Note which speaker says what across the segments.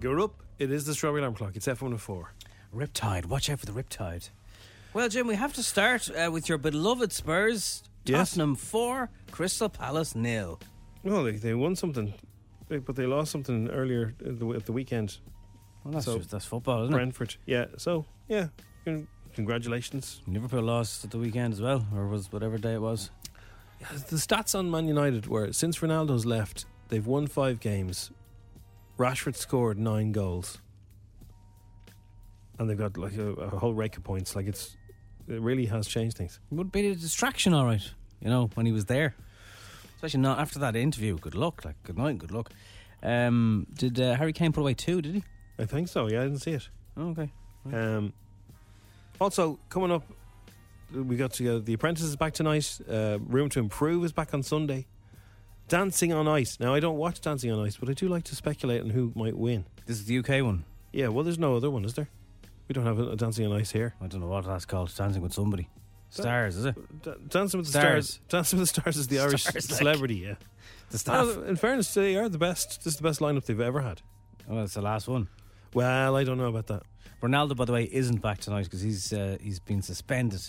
Speaker 1: You're up. It is the strawberry alarm clock. It's F104.
Speaker 2: Riptide. Watch out for the riptide. Well, Jim, we have to start uh, with your beloved Spurs.
Speaker 1: Yes.
Speaker 2: Tottenham 4, Crystal Palace nil.
Speaker 1: No, they, they won something, they, but they lost something earlier at the, at the weekend.
Speaker 2: Well, that's,
Speaker 1: So,
Speaker 2: just, that's football, isn't
Speaker 1: Brentford. Yeah. So yeah, con- congratulations.
Speaker 2: it? Liverpool lost at the weekend as well, or was whatever day it was.
Speaker 1: The stats on Man United were since Ronaldo's left, they've won five games. Rashford scored nine goals, and they've got like a, a whole rake of points. Like it's it really has changed things.
Speaker 2: It would be a distraction, all right, you know, when he was there. Especially not after that interview. Good luck. Like, good night, good luck. Um, did uh, Harry Kane put away two, did he?
Speaker 1: I think so. Yeah, I didn't see it.
Speaker 2: Oh, okay.
Speaker 1: Um, also, coming up, we got to go. The Apprentice is back tonight. Uh, Room to Improve is back on Sunday. Dancing on Ice. Now, I don't watch Dancing on Ice, but I do like to speculate on who might win.
Speaker 2: This is the UK one.
Speaker 1: Yeah, well, there's no other one, is there? We don't have a, a Dancing on Ice here.
Speaker 2: I don't know what that's called. Dancing with somebody. Stars, is it?
Speaker 1: Da- Dancing with the
Speaker 2: Stars.
Speaker 1: Stars. Dancing with the Stars is the Irish
Speaker 2: Stars, like.
Speaker 1: celebrity. Yeah.
Speaker 2: The staff.
Speaker 1: No, in fairness, they are the best. This is the best lineup they've ever had.
Speaker 2: Oh, it's the last one.
Speaker 1: Well, I don't know about that.
Speaker 2: Ronaldo, by the way, isn't back tonight because he's uh, he's been suspended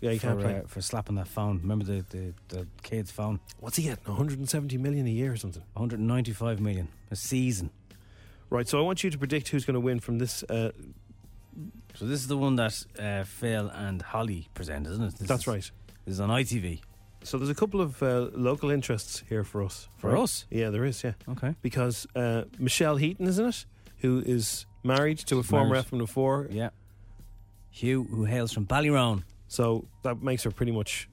Speaker 1: Yeah, you
Speaker 2: for,
Speaker 1: can't play.
Speaker 2: uh, for slapping that phone. Remember the, the, the kid's phone?
Speaker 1: What's he getting? 170 million a year or something.
Speaker 2: 195 million a season.
Speaker 1: Right. So I want you to predict who's going to win from this uh,
Speaker 2: So this is the one that uh, Phil and Holly present, isn't it? This
Speaker 1: That's
Speaker 2: is-
Speaker 1: right.
Speaker 2: This is on ITV.
Speaker 1: So there's a couple of uh, local interests here for us.
Speaker 2: For us? Oh.
Speaker 1: Yeah, there is. Yeah,
Speaker 2: Okay.
Speaker 1: because uh, Michelle Heaton, isn't it, who is married to a former
Speaker 2: married.
Speaker 1: F one four,
Speaker 2: Yeah. Hugh, who hails from Ballyroan.
Speaker 1: so that makes her pretty much.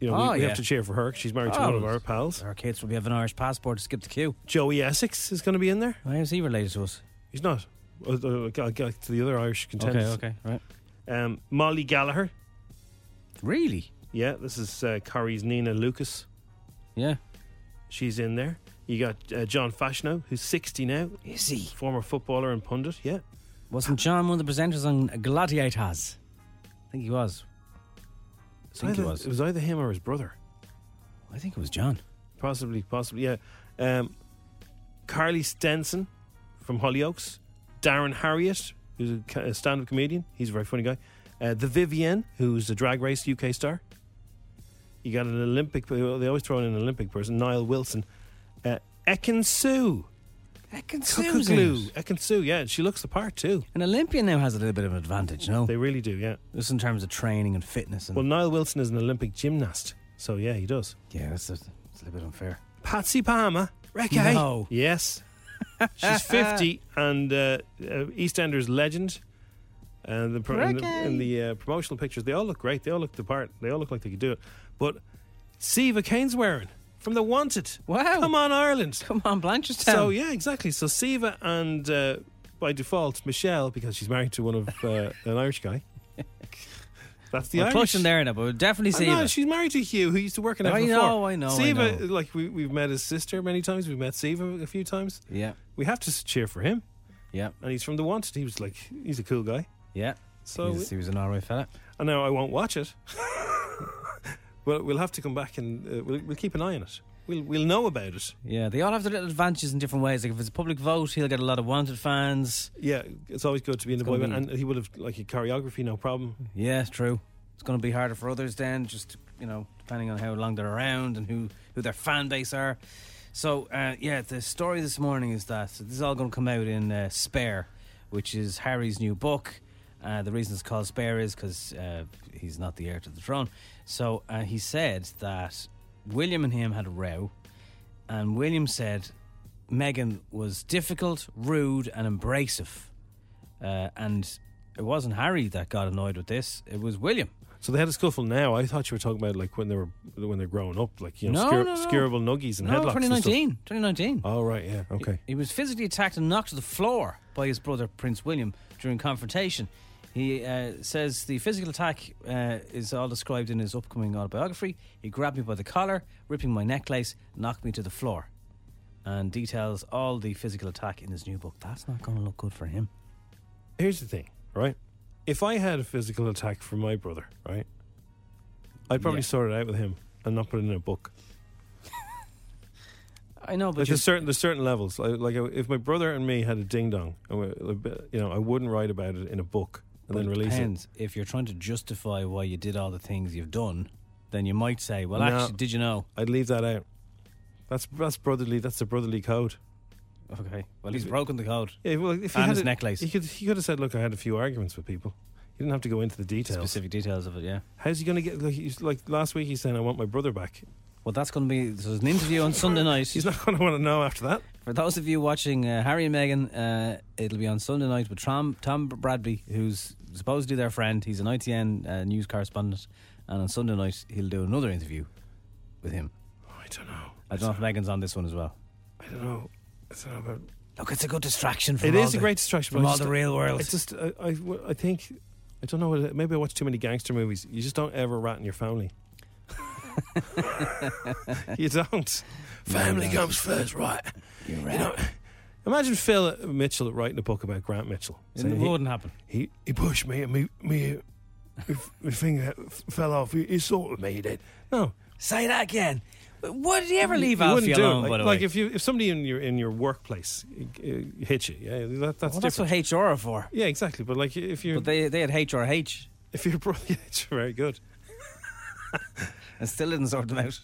Speaker 1: You know, we,
Speaker 2: Oh,
Speaker 1: we
Speaker 2: yeah.
Speaker 1: have to cheer for her. 'cause She's married to
Speaker 2: Oh.
Speaker 1: one of our pals.
Speaker 2: Our kids will be having an Irish passport to skip the queue.
Speaker 1: Joey Essex is going to be in there.
Speaker 2: Why is he related to us?
Speaker 1: He's not. Uh, uh, I'll get to the other Irish contenders.
Speaker 2: okay, right.
Speaker 1: Um, Molly Gallagher.
Speaker 2: Really?
Speaker 1: Yeah, this is uh, Corrie's Nina Lucas.
Speaker 2: Yeah.
Speaker 1: She's in there. You got uh, John Fashnow, who's 60 now,
Speaker 2: Is he?
Speaker 1: former footballer and pundit. Yeah.
Speaker 2: Wasn't John one of the presenters on Gladiators? I think he was. I think he
Speaker 1: Either-
Speaker 2: was.
Speaker 1: It was either him or his brother.
Speaker 2: I think it was John.
Speaker 1: Possibly, possibly, yeah. Um, Carly Stenson from Hollyoaks. Darren Harriet, who's a, ca- a stand up comedian. He's a very funny guy. Uh, the Vivienne, who's a drag race UK star. You got an Olympic, they always throw in an Olympic person, Niall Wilson. Uh, Ekin Sue. Cuckoo. Ekin Sue, yeah. She looks the part too.
Speaker 2: An Olympian now has a little bit of an advantage, no?
Speaker 1: They really do, yeah.
Speaker 2: Just in terms of training and fitness. And,
Speaker 1: Well, Niall Wilson is an Olympic gymnast. So, yeah, he does.
Speaker 2: yeah, that's a, that's a little bit unfair.
Speaker 1: Patsy Palmer.
Speaker 2: Reggae? No.
Speaker 1: Yes. She's 50 and uh, uh, EastEnders legend. And the, pro- in the, in the uh, promotional pictures, they all look great. They all look the part. They all look like they could do it. But see what Kane's wearing from The Wanted.
Speaker 2: Wow.
Speaker 1: Come on, Ireland.
Speaker 2: Come on, Blanchardstown.
Speaker 1: So, yeah, exactly. So, Siva and uh, by default, Michelle, because she's married to one of uh, an Irish guy. That's the
Speaker 2: We're
Speaker 1: Irish.
Speaker 2: pushing there now, but we'll definitely see
Speaker 1: I know,
Speaker 2: it.
Speaker 1: she's married to Hugh, who used to work in
Speaker 2: I
Speaker 1: F4.
Speaker 2: know, I know, I
Speaker 1: Siva,
Speaker 2: know.
Speaker 1: like we, we've met his sister many times. We've met Siva a few times.
Speaker 2: Yeah,
Speaker 1: We have to s- cheer for him,
Speaker 2: yeah,
Speaker 1: and he's from the Wanted. He was like, he's a cool guy.
Speaker 2: yeah.
Speaker 1: So-
Speaker 2: he was, he was an alright fella.
Speaker 1: And now I won't watch it, but we'll have to come back and uh, we'll, we'll keep an eye on it. We'll we'll know about it.
Speaker 2: Yeah, they all have their little advantages in different ways. Like if it's a public vote, he'll get a lot of wanted fans.
Speaker 1: Yeah, it's always good to be in the boy
Speaker 2: gonna
Speaker 1: band, and he would have like a choreography, no problem.
Speaker 2: Yeah, true. It's going to be harder for others then, just you know, depending on how long they're around and who who their fan base are. So uh, yeah, the story this morning is that so this is all going to come out in uh, Spare, which is Harry's new book. Uh, the reason it's called Spare is because uh, he's not the heir to the throne. So uh, he said that William and him had a row, and William said Meghan was difficult, rude, and abrasive. Uh, and it wasn't Harry that got annoyed with this; it was William.
Speaker 1: So they had a scuffle now. I thought you were talking about like when they were when they're growing up, like you know,
Speaker 2: No,
Speaker 1: scare,
Speaker 2: no, no.
Speaker 1: scareable nuggies and
Speaker 2: No,
Speaker 1: headlocks. and stuff.
Speaker 2: 2019, 2019.
Speaker 1: Oh right, yeah, okay.
Speaker 2: He was physically attacked and knocked to the floor by his brother Prince William during confrontation. He uh, says the physical attack uh, is all described in his upcoming autobiography. He grabbed me by the collar, ripping my necklace, knocked me to the floor, and details all the physical attack in his new book. That's not going to look good for him.
Speaker 1: Here's the thing, right? If I had a physical attack from my brother, right, I'd probably
Speaker 2: Yeah.
Speaker 1: sort it out with him and not put it in a book.
Speaker 2: I know, but
Speaker 1: Like
Speaker 2: you're-
Speaker 1: there's certain there's certain levels. Like, like if my brother and me had a ding dong, you know, I wouldn't write about it in a book and
Speaker 2: but
Speaker 1: then
Speaker 2: it
Speaker 1: release it.
Speaker 2: depends. If you're trying to justify why you did all the things you've done, then you might say, "Well,
Speaker 1: No.
Speaker 2: actually, did you know?"
Speaker 1: I'd leave that out. That's that's brotherly. That's the brotherly code.
Speaker 2: Okay. Well, he's broken the code.
Speaker 1: Yeah, well, if he
Speaker 2: And
Speaker 1: had
Speaker 2: his
Speaker 1: it-
Speaker 2: necklace.
Speaker 1: he could he could have said, "Look, I had a few arguments with people." He didn't have to go into the details.
Speaker 2: Specific details of it, yeah.
Speaker 1: How's he going to get? Like, he's, like last week, he's saying, "I want my brother back."
Speaker 2: Well, that's going to be so there's an interview on Sunday night.
Speaker 1: He's not going to want to know after that.
Speaker 2: For those of you watching uh, Harry and Meghan, uh, it'll be on Sunday night with Tom, Tom Bradby, who's supposedly their friend. He's an ITN uh, news correspondent, and on Sunday night he'll do another interview with him.
Speaker 1: I don't know.
Speaker 2: I don't know if Meghan's on this one as well.
Speaker 1: I don't know. I don't know about.
Speaker 2: Look, it's a good distraction. From
Speaker 1: It
Speaker 2: all
Speaker 1: is a
Speaker 2: the-
Speaker 1: great distraction
Speaker 2: from
Speaker 1: but I
Speaker 2: all
Speaker 1: just-
Speaker 2: the real world.
Speaker 1: I just, I, I, I think, I don't know. What it, maybe I watch too many gangster movies. You just don't ever rat in your family. you don't. Family
Speaker 2: don't.
Speaker 1: comes first, right?
Speaker 2: You're
Speaker 1: You know, imagine Phil Mitchell writing a book about Grant Mitchell.
Speaker 2: It
Speaker 1: Saying he-
Speaker 2: wouldn't happen.
Speaker 1: he he pushed me and me me my f- my finger f- fell off. He, he sort of made it. No,
Speaker 2: Say that again. Would he ever leave
Speaker 1: you
Speaker 2: Alfie
Speaker 1: wouldn't do
Speaker 2: alone?
Speaker 1: it. Like,
Speaker 2: by the
Speaker 1: like
Speaker 2: way,
Speaker 1: if you if somebody in your in your workplace uh, hits you, yeah, that, that's
Speaker 2: well,
Speaker 1: different.
Speaker 2: that's what HR are for.
Speaker 1: yeah, exactly. But like if you
Speaker 2: But they they had HRH
Speaker 1: if your brother, yeah, it's very good.
Speaker 2: and still didn't sort them out.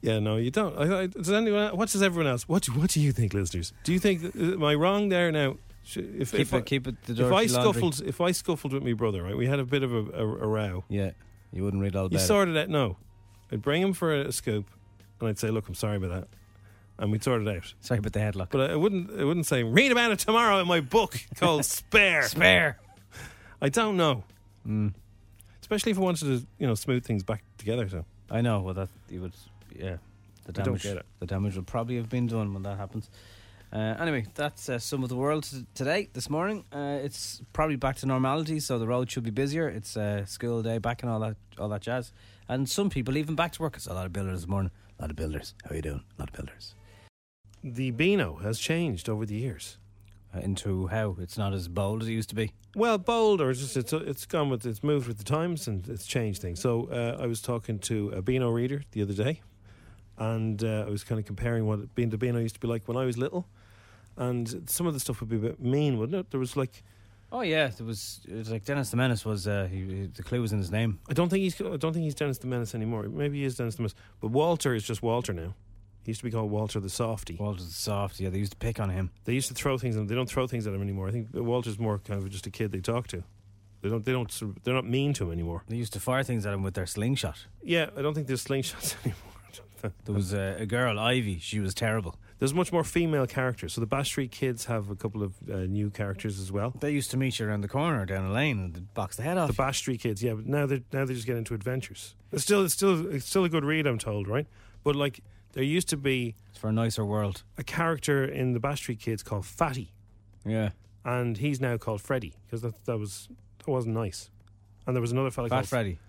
Speaker 1: Yeah, no, you don't. I, I, does anyone? What does everyone else? What do, what do you think, listeners? Do you think uh, am I wrong there now? Sh- If,
Speaker 2: Keep
Speaker 1: if
Speaker 2: it,
Speaker 1: I,
Speaker 2: keep it. The
Speaker 1: if I
Speaker 2: dirty laundry.
Speaker 1: scuffled, if I scuffled with my brother, right, we had a bit of a, a, a row.
Speaker 2: Yeah, you wouldn't read all about
Speaker 1: You
Speaker 2: it.
Speaker 1: sorted out. No, I'd bring him for a, a scoop, and I'd say, "Look, I'm sorry about that," and we'd sort it out.
Speaker 2: Sorry about the headlock.
Speaker 1: But I, I wouldn't. I wouldn't say, "Read about it tomorrow in my book called Spare."
Speaker 2: Spare.
Speaker 1: I don't know. Especially if I wanted to, you know, smooth things back together. So
Speaker 2: I know. Well, that you would. Yeah, the
Speaker 1: don't
Speaker 2: damage.
Speaker 1: get it.
Speaker 2: The damage will probably have been done when that happens. Uh, anyway, that's uh, some of the world t- today, this morning. Uh, it's probably back to normality, so the road should be busier. It's uh, school day back and all that, all that jazz. And some people even back to work. It's a lot of builders this morning. A lot of builders. How you doing? A lot of builders.
Speaker 1: the Beano has changed over the years.
Speaker 2: Uh, into how it's not as bold as it used to be.
Speaker 1: Well, bold or just it's it's gone with it's moved with the times and it's changed things. So uh, I was talking to a Beano reader the other day, and uh, I was kind of comparing what being the Beano used to be like when I was little, and some of the stuff would be a bit mean, wouldn't it? There was like
Speaker 2: Oh yeah, it was. It was like Dennis the Menace was. Uh, he, he- the clue was in his name.
Speaker 1: I don't think he's I don't think he's Dennis the Menace anymore. Maybe he is Dennis the Menace, but Walter is just Walter now. He used to be called Walter the Softy.
Speaker 2: Walter's soft. Yeah, they used to pick on him.
Speaker 1: They used to throw things at him. They don't throw things at him anymore. I think Walter's more kind of just a kid they talk to. They don't. They don't. sort of- They're not mean to him anymore.
Speaker 2: They used to fire things at him with their slingshot.
Speaker 1: Yeah, I don't think there's slingshots anymore. I don't think-
Speaker 2: There was a, a girl, Ivy. She was terrible.
Speaker 1: There's much more female characters. So the Bash Street Kids have a couple of uh, new characters as well.
Speaker 2: They used to meet you around the corner down the lane and they'd box the head off.
Speaker 1: The Bash Street Kids, yeah, but now they now they just get into adventures. It's still it's still it's still a good read, I'm told, right? But like there used to be
Speaker 2: it's for a nicer world.
Speaker 1: a character in the Bash Street Kids called Fatty,
Speaker 2: Yeah.
Speaker 1: and he's now called Freddy because that that was that wasn't nice. And there was another fella
Speaker 2: Fat
Speaker 1: called
Speaker 2: Freddy.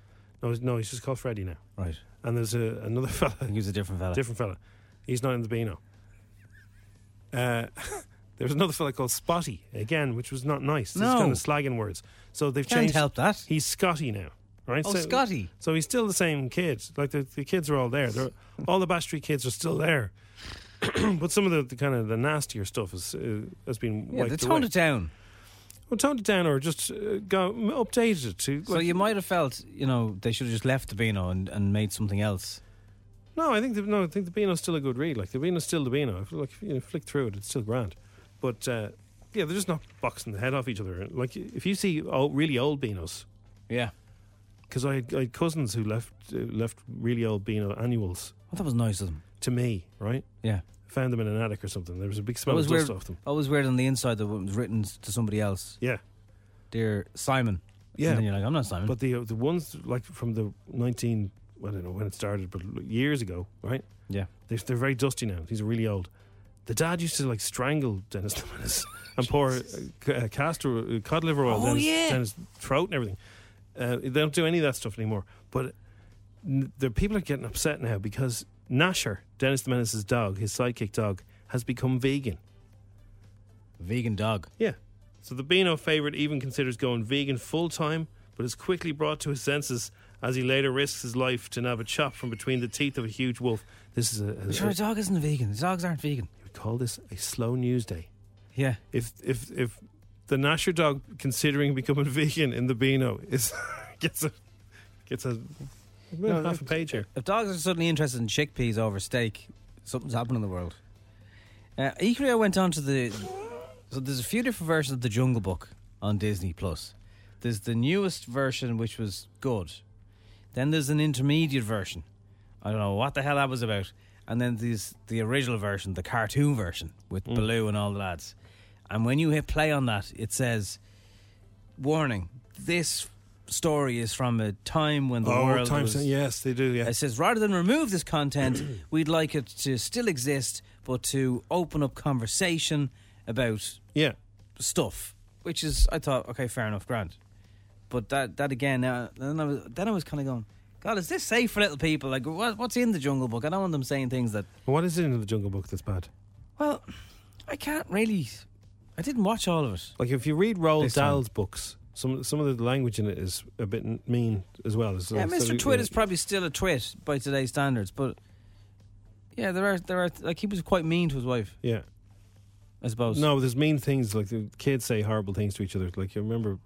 Speaker 1: No, he's- no, he's just called Freddy now.
Speaker 2: Right.
Speaker 1: And there's a, another
Speaker 2: I
Speaker 1: fella,
Speaker 2: think he was a different fella.
Speaker 1: different fella. He's not in the Beano. Uh, there's another fella called Spotty again, which was not nice. It's
Speaker 2: No.
Speaker 1: kind of slagging words. So they've
Speaker 2: Can't
Speaker 1: changed.
Speaker 2: help that.
Speaker 1: He's Scotty now, right?
Speaker 2: Oh, Scotty.
Speaker 1: So he's still the same kid. Like the, the kids are all there. They're, all the Bash Street kids are still there. but some of the, the kind of the nastier stuff has uh, has been
Speaker 2: yeah, they
Speaker 1: wiped
Speaker 2: toned
Speaker 1: away.
Speaker 2: it down.
Speaker 1: Well, toned it down or just uh, go updated it to.
Speaker 2: So
Speaker 1: like-
Speaker 2: you might have felt, you know, they should have just left the Beano and, and made something else.
Speaker 1: No, I think the, no, I think the Beano's still a good read. Like the Beano's still the Beano. If, like if you flick through it, it's still grand. But uh, yeah, they're just not boxing the head off each other. Like if you see old, really old Beanos,
Speaker 2: Yeah.
Speaker 1: because I, had- I had cousins who left uh, left really old Beano annuals
Speaker 2: Well, that was nice of them.
Speaker 1: to me, right?
Speaker 2: Yeah.
Speaker 1: Found them in an attic or something. There was a big smell
Speaker 2: Always
Speaker 1: of dust
Speaker 2: weird,
Speaker 1: off them.
Speaker 2: always weird on the inside that it was written to somebody else.
Speaker 1: Yeah,
Speaker 2: Dear Simon.
Speaker 1: Yeah.
Speaker 2: And then you're like, I'm not Simon.
Speaker 1: but the uh, the ones like from the nineteen, I don't know when it started, but years ago, right?
Speaker 2: yeah.
Speaker 1: They're, they're very dusty now. These are really old. The dad used to like strangle Dennis the Menace and pour uh, c- uh, castor uh, cod liver oil
Speaker 2: Oh,
Speaker 1: down, his,
Speaker 2: yeah.
Speaker 1: down his throat and everything. Uh, they don't do any of that stuff anymore. But n- the people are getting upset now because Nasher, Dennis the Menace's dog, his sidekick dog, has become vegan.
Speaker 2: Vegan dog.
Speaker 1: Yeah. So the Beano favourite even considers going vegan full time, but is quickly brought to his senses as he later risks his life to nab a chop from between the teeth of a huge wolf. This is a, a,
Speaker 2: Sure,
Speaker 1: a-
Speaker 2: a dog isn't vegan. Dogs aren't vegan.
Speaker 1: we call this a slow news day.
Speaker 2: Yeah.
Speaker 1: If if if the Nasher dog considering becoming vegan in the Beano is gets a gets a half a page here.
Speaker 2: If dogs are suddenly interested in chickpeas over steak, something's happening in the world. Uh, equally, I went on to the. So there's a few different versions of the Jungle Book on Disney Plus. There's the newest version, which was good. Then there's an intermediate version. I don't know what the hell that was about. And then there's the original version, the cartoon version with Baloo and all the lads. And when you hit play on that, it says, "Warning: This story is from a time when the
Speaker 1: Oh,
Speaker 2: world was."
Speaker 1: yes, they do. Yeah,
Speaker 2: Uh, It says rather than remove this content, we'd like it to still exist, but to open up conversation about
Speaker 1: yeah.
Speaker 2: stuff, which is I thought okay, fair enough, grand. But that that again, uh, then I was then I was kind of going, God, is this safe for little people? Like, what, what's in the Jungle Book? I don't want them saying things that
Speaker 1: What is in the Jungle Book that's bad?
Speaker 2: well, I can't really. I didn't watch all of it.
Speaker 1: Like if you read Roald
Speaker 2: This time.
Speaker 1: Dahl's books, some some of the language in it is a bit n- mean as well. It's
Speaker 2: yeah,
Speaker 1: like- so
Speaker 2: Mr.
Speaker 1: you-
Speaker 2: Twit is probably still a twit by today's standards, but yeah, there are there are like he was quite mean to his wife,
Speaker 1: Yeah,
Speaker 2: I suppose.
Speaker 1: no, there's mean things like the kids say horrible things to each other. Like you remember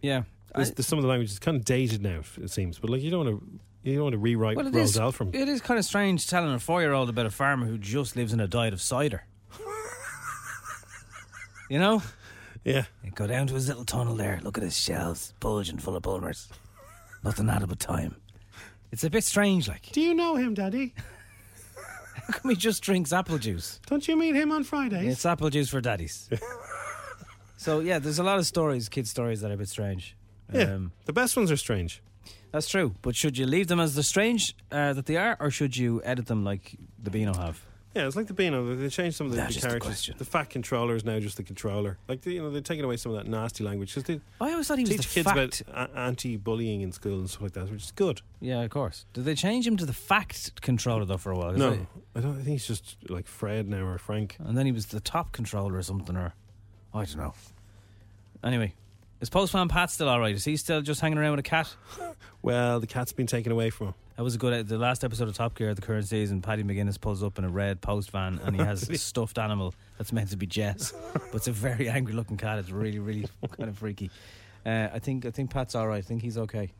Speaker 2: yeah.
Speaker 1: There's,
Speaker 2: I-
Speaker 1: there's some of the language is kind of dated now, f- it seems. But like you don't want to, you don't want to rewrite
Speaker 2: Well, it
Speaker 1: Roald
Speaker 2: is,
Speaker 1: Dahl from.
Speaker 2: it is kind of strange telling a four-year-old about a farmer who just lives on a diet of cider. you know,
Speaker 1: Yeah,
Speaker 2: go down to his little tunnel there. Look at his shells, bulging full of bulmers. Nothing out of time. It's a bit strange, like.
Speaker 1: Do you know him, Daddy?
Speaker 2: How come he just drinks apple juice?
Speaker 1: Don't you meet him on Fridays?
Speaker 2: It's apple juice for daddies. so yeah, there's a lot of stories, kids' stories that are a bit strange. Um,
Speaker 1: yeah, the best ones are strange.
Speaker 2: that's true. But should you leave them as the strange uh, that they are, or should you edit them like the Beano have?
Speaker 1: Yeah, it's like the Beano. they- They changed some of the,
Speaker 2: That
Speaker 1: the
Speaker 2: is the
Speaker 1: characters.
Speaker 2: question.
Speaker 1: The, fat controller is now just the controller. Like the, you know, they're taking away some of that nasty language because they
Speaker 2: I always thought he was
Speaker 1: teach
Speaker 2: the
Speaker 1: kids
Speaker 2: fact.
Speaker 1: about a- anti-bullying in school and stuff like that, which is good.
Speaker 2: Yeah, of course. Did they change him to the fact controller though for a while? 'Cause
Speaker 1: No,
Speaker 2: I-
Speaker 1: I don't. I think it's just like Fred now or Frank.
Speaker 2: and then he was the top controller or something, or I don't know. Anyway, is Postman Pat still all right? Is he still just hanging around with a cat?
Speaker 1: Well, the cat's been taken away from him.
Speaker 2: That was a good. The last episode of Top Gear, the current season, Paddy McGuinness pulls up in a red post van and he has a stuffed animal that's meant to be Jess, but it's a very angry looking cat. It's really, really kind of freaky. Uh, I think I think Pat's all right. I think he's okay.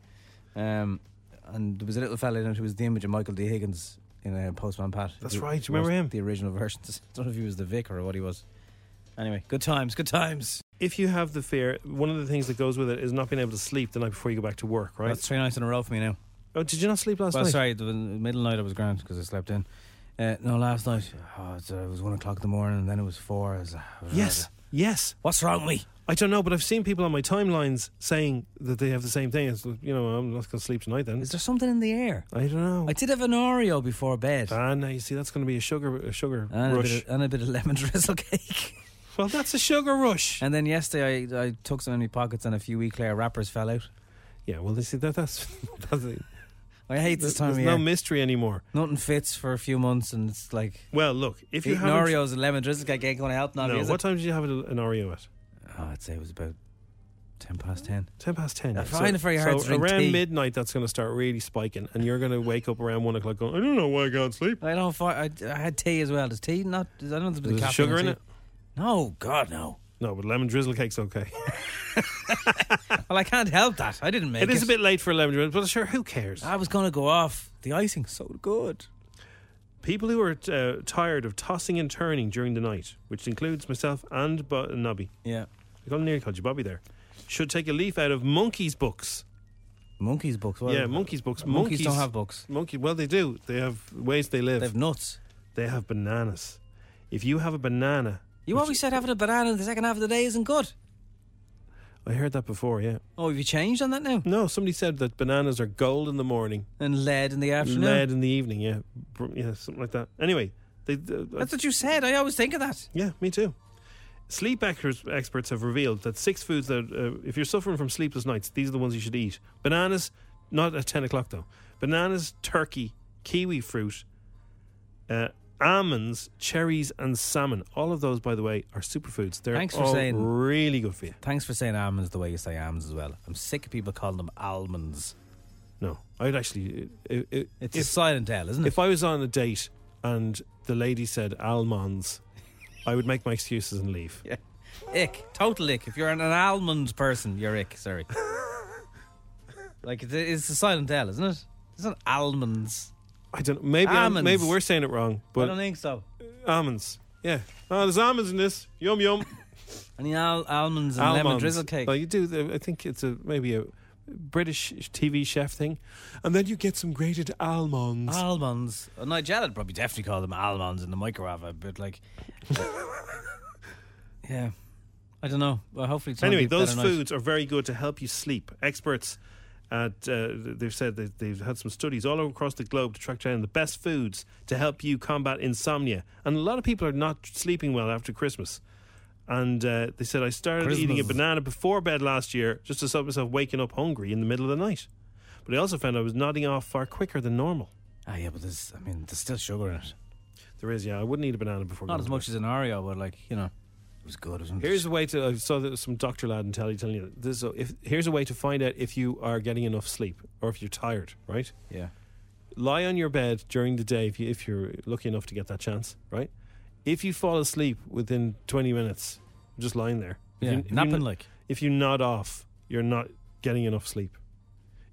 Speaker 2: Um, and there was a little fella in it who was the image of Michael D Higgins in uh, Postman Pat.
Speaker 1: That's
Speaker 2: The-
Speaker 1: right, do you remember him?
Speaker 2: The original version. I don't know if he was the vicar or what he was. Anyway, good times, good times.
Speaker 1: If you have the fear, one of the things that goes with it is not being able to sleep the night before you go back to work. Right?
Speaker 2: That's three nights in a row for me now.
Speaker 1: Oh, did you not sleep last
Speaker 2: well,
Speaker 1: night?
Speaker 2: sorry, the middle night I was grand because I slept in. Uh, no, last night oh, it's, uh, it was one o'clock in the morning, and then it was four. I was, uh,
Speaker 1: Yes, yes.
Speaker 2: what's wrong with me?
Speaker 1: I don't know, but I've seen people on my timelines saying that they have the same thing. It's, you know, I'm not going to sleep tonight then.
Speaker 2: Is there something in the air?
Speaker 1: I don't know.
Speaker 2: I did have an Oreo before bed,
Speaker 1: ah, now you see, that's going to be a sugar a sugar
Speaker 2: and Ah, a,
Speaker 1: rush.
Speaker 2: bit of, uh, and a bit of lemon drizzle cake.
Speaker 1: well, that's a sugar rush.
Speaker 2: and then yesterday, I, I took some in my pockets, and a few Eclair wrappers fell out.
Speaker 1: yeah, well, they see that that's, that's a-
Speaker 2: I hate this time
Speaker 1: there's
Speaker 2: of
Speaker 1: no
Speaker 2: year.
Speaker 1: mystery anymore.
Speaker 2: Nothing fits for a few months, and it's like
Speaker 1: Well, look, if you
Speaker 2: eating
Speaker 1: have
Speaker 2: Oreos and lemon drizzle cake ain't going to help. Now,
Speaker 1: no,
Speaker 2: is
Speaker 1: what
Speaker 2: it?
Speaker 1: time did you have it- an Oreo at?
Speaker 2: Oh, I'd say it was about ten past ten.
Speaker 1: Ten past ten.
Speaker 2: I
Speaker 1: yeah.
Speaker 2: find it very hard
Speaker 1: so
Speaker 2: to drink
Speaker 1: around
Speaker 2: tea.
Speaker 1: midnight, that's going to start really spiking, and you're going to wake up around one o'clock going, "I don't know why I can't sleep."
Speaker 2: I don't. fi- I, I had tea as well. Does tea not? I don't know. if
Speaker 1: There's
Speaker 2: caffeine
Speaker 1: sugar in
Speaker 2: tea.
Speaker 1: it.
Speaker 2: No, God, no.
Speaker 1: No, but lemon drizzle cake's okay.
Speaker 2: Well, I can't help that. I didn't make it.
Speaker 1: it is a bit late for a lemon drizzle, but sure, who cares?
Speaker 2: I was going to go off. The icing's so good.
Speaker 1: People who are uh, tired of tossing and turning during the night, which includes myself and Bo- Nobby,
Speaker 2: Yeah.
Speaker 1: I call- nearly called you Bobby there, should take a leaf out of monkeys' books.
Speaker 2: Monkeys' books. Well,
Speaker 1: yeah, monkeys' books.
Speaker 2: Monkeys, don't have books.
Speaker 1: Monkey, well, they do. They have ways they live.
Speaker 2: They have nuts.
Speaker 1: they have bananas. If you have a banana,
Speaker 2: You always said having a banana in the second half of the day isn't good.
Speaker 1: I heard that before. Yeah,
Speaker 2: Oh, have you changed on that now?
Speaker 1: no, somebody said that bananas are gold in the morning,
Speaker 2: And lead in the afternoon.
Speaker 1: lead in the evening. Yeah, Br- yeah, something like that. Anyway, they, uh,
Speaker 2: That's what you said. I always think of that.
Speaker 1: Yeah, me too. Sleep experts, experts have revealed that six foods that, uh, if you're suffering from sleepless nights, these are the ones you should eat. Bananas, not at 10 o'clock though. Bananas, turkey, kiwi fruit, uh, almonds, cherries, and salmon. All of those, by the way, are superfoods. They're
Speaker 2: Thanks for
Speaker 1: all
Speaker 2: saying-
Speaker 1: really good for you.
Speaker 2: Thanks for saying almonds the way you say almonds as well. I'm sick of people calling them almonds.
Speaker 1: No, I'd actually. i- i-
Speaker 2: It's a
Speaker 1: if,
Speaker 2: silent L, isn't it?
Speaker 1: if I was on a date and the lady said almonds, I would make my excuses and leave.
Speaker 2: yeah. Ick. Total ick. If you're an, an almond person, you're ick. Sorry. like, it's, it's a silent L, isn't it? It's not almonds.
Speaker 1: I don't. Maybe I'm-
Speaker 2: Almonds.
Speaker 1: maybe we're saying it wrong,
Speaker 2: I
Speaker 1: but
Speaker 2: don't think so.
Speaker 1: almonds. Yeah. Oh, there's almonds in this. Yum yum.
Speaker 2: Any al- almonds and lemon
Speaker 1: almonds.
Speaker 2: drizzle cake.
Speaker 1: Well, you do. the- I think it's a maybe a British TV chef thing, and then you get some grated almonds.
Speaker 2: Almonds. Uh, Nigel would probably definitely call them almonds in the microwave, uh, but like, yeah, I don't know. Well, hopefully, it's
Speaker 1: anyway, those
Speaker 2: night.
Speaker 1: foods are very good to help you sleep. Experts at uh, they've said that they've had some studies all across the globe to track down the best foods to help you combat insomnia. And a lot of people are not sleeping well after Christmas. And uh, they said I started eating a
Speaker 2: Christmas.
Speaker 1: banana before bed last year just to stop myself waking up hungry in the middle of the night. But I also found I was nodding off far quicker than normal.
Speaker 2: Ah, yeah, but there's, I mean, there's still sugar in it.
Speaker 1: There is, yeah, I wouldn't eat a banana before.
Speaker 2: Not
Speaker 1: going
Speaker 2: as
Speaker 1: to
Speaker 2: much
Speaker 1: bed.
Speaker 2: as an Oreo, but like, you know, it was good. It was
Speaker 1: Here's a way to. I saw that some doctor lad in telly telling you that this. Is a, if here's a way to find out if you are getting enough sleep or if you're tired. Right,
Speaker 2: yeah,
Speaker 1: lie on your bed during the day if you if you're lucky enough to get that chance. Right, if you fall asleep within 20 minutes, just lying there. If
Speaker 2: yeah,
Speaker 1: you- if you-
Speaker 2: napping like.
Speaker 1: If you nod off, you're not getting enough sleep.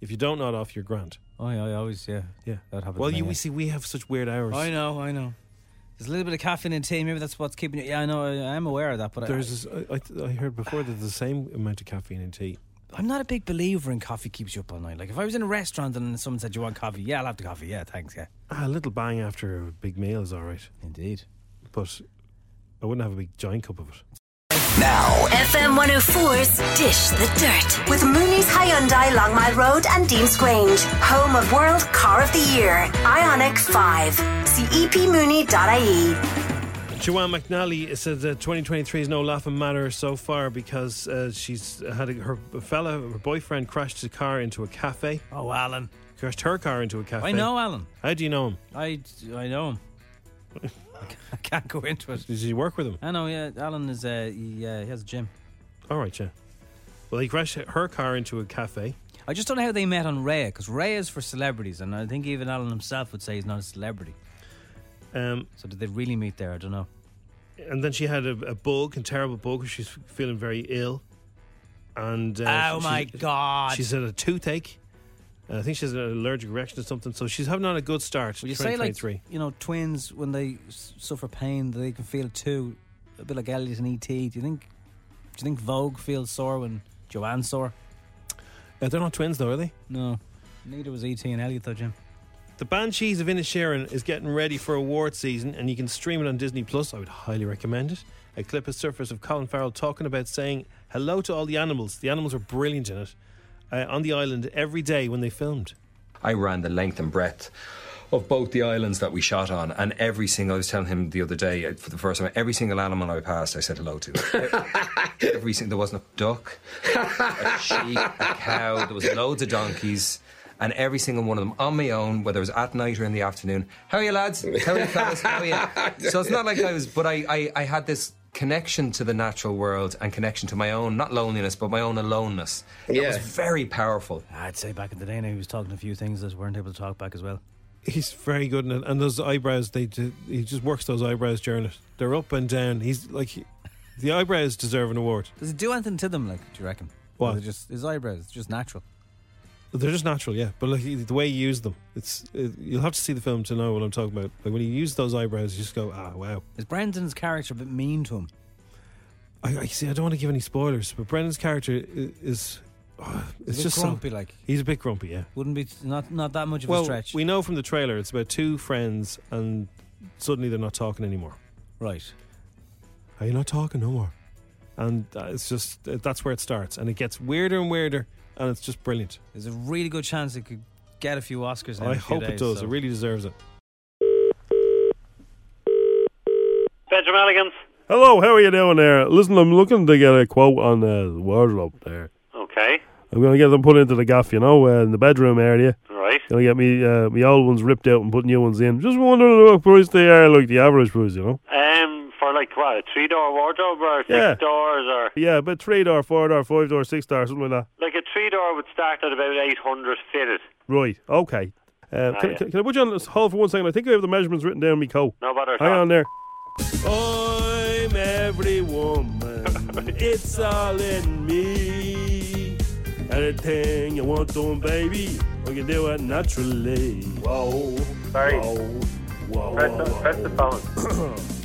Speaker 1: If you don't nod off, you're grand.
Speaker 2: Oh yeah, I always yeah.
Speaker 1: Yeah,
Speaker 2: That happens
Speaker 1: Well,
Speaker 2: to me,
Speaker 1: you we
Speaker 2: yeah.
Speaker 1: see we have such weird hours.
Speaker 2: I know, I know. There's a little bit of caffeine in tea. Maybe that's what's keeping you. Yeah, I know. I, I'm aware of that, but I,
Speaker 1: There's. This, I, I, I heard before that the same amount of caffeine in tea.
Speaker 2: I'm not a big believer in coffee keeps you up all night. Like if I was in a restaurant and someone said, "Do you want coffee?" Yeah, I'll have the coffee. Yeah, thanks. Yeah,
Speaker 1: Ah, A little bang after a big meal is all right,
Speaker 2: indeed.
Speaker 1: but I wouldn't have a big giant cup of it.
Speaker 3: FM 104's Dish the Dirt with Mooney's Hyundai Long Mile Road and Dean's Grange, home of World Car of the Year, Ionic 5. See E epmooney.ie.
Speaker 1: Joanne McNally said that 2023 is no laughing matter so far because uh, she's had a, her fella, her boyfriend, crashed his car into a cafe.
Speaker 2: Oh, Alan.
Speaker 1: Crashed her car into a cafe.
Speaker 2: I know Alan.
Speaker 1: How do you know him?
Speaker 2: I, I know him. I can't go into it.
Speaker 1: Did you work with him?
Speaker 2: I know. Yeah, Alan is. Uh, he, uh, he has a gym.
Speaker 1: All right, yeah. Well, he crashed her car into a cafe.
Speaker 2: I just don't know how they met on Raya because Raya is for celebrities, and I think even Alan himself would say he's not a celebrity.
Speaker 1: Um,
Speaker 2: So did they really meet there? I don't know.
Speaker 1: and then she had a, a bug, a terrible bug. 'cause She's feeling very ill. And uh,
Speaker 2: oh
Speaker 1: she-
Speaker 2: my
Speaker 1: she-
Speaker 2: god!
Speaker 1: She's had a toothache. Uh, I think she has an allergic reaction or something. So she's having on a good start.
Speaker 2: Would you say like
Speaker 1: 2023.
Speaker 2: you know twins when they s- suffer pain they can feel it too, a bit like Elliot and ET. Do you think? Do you think Vogue feels sore when Joanne's sore?
Speaker 1: Uh, they're not twins though, are they?
Speaker 2: No, neither was ET and Elliot though, Jim.
Speaker 1: The Banshees of Inisherin is getting ready for award season, and you can stream it on Disney Plus. I would highly recommend it. A clip has surfaced of Colin Farrell talking about saying hello to all the animals. The animals are brilliant in it. Uh, on the island every day when they filmed.
Speaker 4: I ran the length and breadth of both the islands that we shot on, and every single. I was telling him the other day uh, for the first time, every single animal I passed, I said hello to. every single there wasn't a duck, a sheep, a cow. There was loads of donkeys. And every single one of them on my own, whether it was at night or in the afternoon. How are you, lads? How are you, fellas? How are you? So it's not like I was, but I, I, I had this connection to the natural world and connection to my own, not loneliness, but my own aloneness. It was
Speaker 5: Yeah.
Speaker 4: very powerful.
Speaker 2: I'd say back in the day now he was talking a few things that weren't able to talk back as well.
Speaker 1: He's very good in it, and those eyebrows. They do, he just works those eyebrows during it. They're up and down. He's like, he- the eyebrows deserve an award.
Speaker 2: Does it do anything to them? Like, do you reckon?
Speaker 1: What?
Speaker 2: Or is it just his eyebrows? It's just natural.
Speaker 1: They're just natural, yeah. But like the way you use them, it's it, you'll have to see the film to know what I'm talking about. Like when you use those eyebrows, you just go, ah, wow.
Speaker 2: Is Brendan's character a bit mean to him?
Speaker 1: I, I see. I don't want to give any spoilers, but Brendan's character is, is oh, it's
Speaker 2: He's a bit
Speaker 1: just so-
Speaker 2: grumpy, like
Speaker 1: he's a bit grumpy, yeah.
Speaker 2: wouldn't be not not that much of a
Speaker 1: Well,
Speaker 2: stretch,
Speaker 1: we know from the trailer it's about two friends, and suddenly they're not talking anymore.
Speaker 2: right?
Speaker 1: Are you not talking no more? And uh, it's just uh, that's where it starts, and it gets weirder and weirder, and it's just brilliant.
Speaker 2: There's a really good chance it could get a few Oscars. in
Speaker 1: I
Speaker 2: a few
Speaker 1: hope it
Speaker 2: days,
Speaker 1: does.
Speaker 2: so-
Speaker 1: It really deserves it.
Speaker 5: Pedro Mulligan.
Speaker 6: Hello, how are you doing there? Listen, I'm looking to get a quote on uh, the wardrobe there.
Speaker 5: Okay.
Speaker 6: I'm going to get them put into the gaff, you know, uh, in the bedroom area.
Speaker 5: Right.
Speaker 6: Going to get me uh, me old ones ripped out and put new ones in. Just wondering what price they are, like the average price, you know?
Speaker 5: Um, for like what a three door wardrobe or six
Speaker 6: Yeah.
Speaker 5: doors or
Speaker 6: Yeah, about three door, four door, five door, six door, something like that.
Speaker 5: like a three door would start at about eight hundred fitted.
Speaker 6: Right, okay. Uh, can,
Speaker 5: Ah, yeah.
Speaker 6: can, can I put you on hold for one second? I think I have the measurements written down in my coat.
Speaker 5: No bother. at
Speaker 6: Hang
Speaker 5: all.
Speaker 6: on there. I'm every woman. it's all in me. Anything you want doing, baby, we can do it naturally. Whoa.
Speaker 5: Sorry.
Speaker 1: Oh.
Speaker 6: Whoa. Whoa.
Speaker 5: Press, the, press the phone.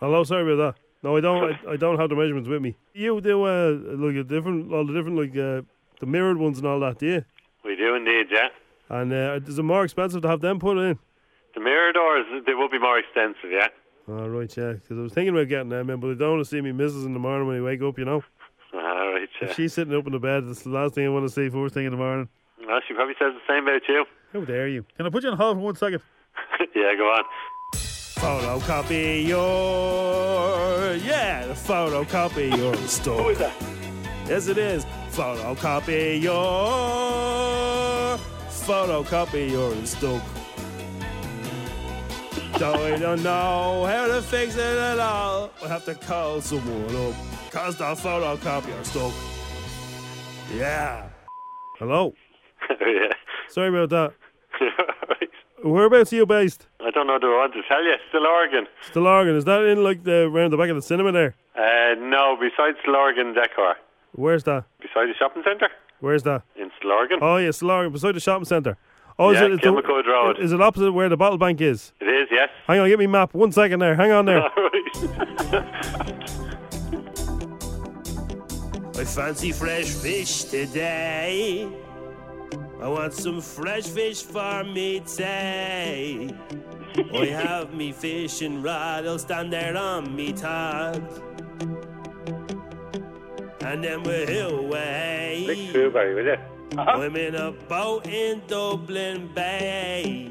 Speaker 6: Hello, sorry about that. No, I don't. I, I don't have the measurements with me. You do uh, like a different, all the different like uh, the mirrored ones and all that, do you?
Speaker 5: We do indeed, yeah.
Speaker 6: And uh, is it more expensive to have them put in?
Speaker 5: The mirror doors they will be more extensive, yeah.
Speaker 6: All right, yeah. Because I was thinking about getting them in, but I don't want to see me missus in the morning when I wake up. You know.
Speaker 5: All right, yeah.
Speaker 6: If she's sitting up in the bed, that's the last thing I want to see first thing in the morning.
Speaker 5: Well, she probably says the same about you.
Speaker 6: How dare you? Can I put you on hold for one second?
Speaker 5: yeah, go on.
Speaker 6: Photocopy your. Yeah, the photocopy your story. Who is that? Yes, it is. Photocopy your. Photocopy your stoke. Though I don't know how to fix it at all, we'll have to call someone up. Cause the photocopier stoke. Yeah. Hello.
Speaker 5: yeah.
Speaker 6: Sorry about that.
Speaker 5: Alright.
Speaker 6: Whereabouts are you based?
Speaker 5: I don't know. Do I want to tell you? Still Oregon.
Speaker 6: Stillorgan, is that in like the round the back of the cinema there?
Speaker 5: Uh, no, besides Still Oregon Decor.
Speaker 6: Where's that?
Speaker 5: Beside the shopping centre
Speaker 6: Where's that?
Speaker 5: in Still Oregon.
Speaker 6: Oh yeah, Stillorgan, beside the shopping centre. Oh,
Speaker 5: Yeah,
Speaker 6: it's the-
Speaker 5: Kilmacud Road.
Speaker 6: Is it opposite where the bottle bank is?
Speaker 5: It is, yes.
Speaker 6: Hang on, get me map. One second there. Hang on there. I fancy fresh fish today. I want some fresh fish for me today. I have me fish and rod, I'll stand there on me tag. And then we're away.
Speaker 5: Nick Trueberry, will you?
Speaker 6: I'm in a boat in Dublin Bay.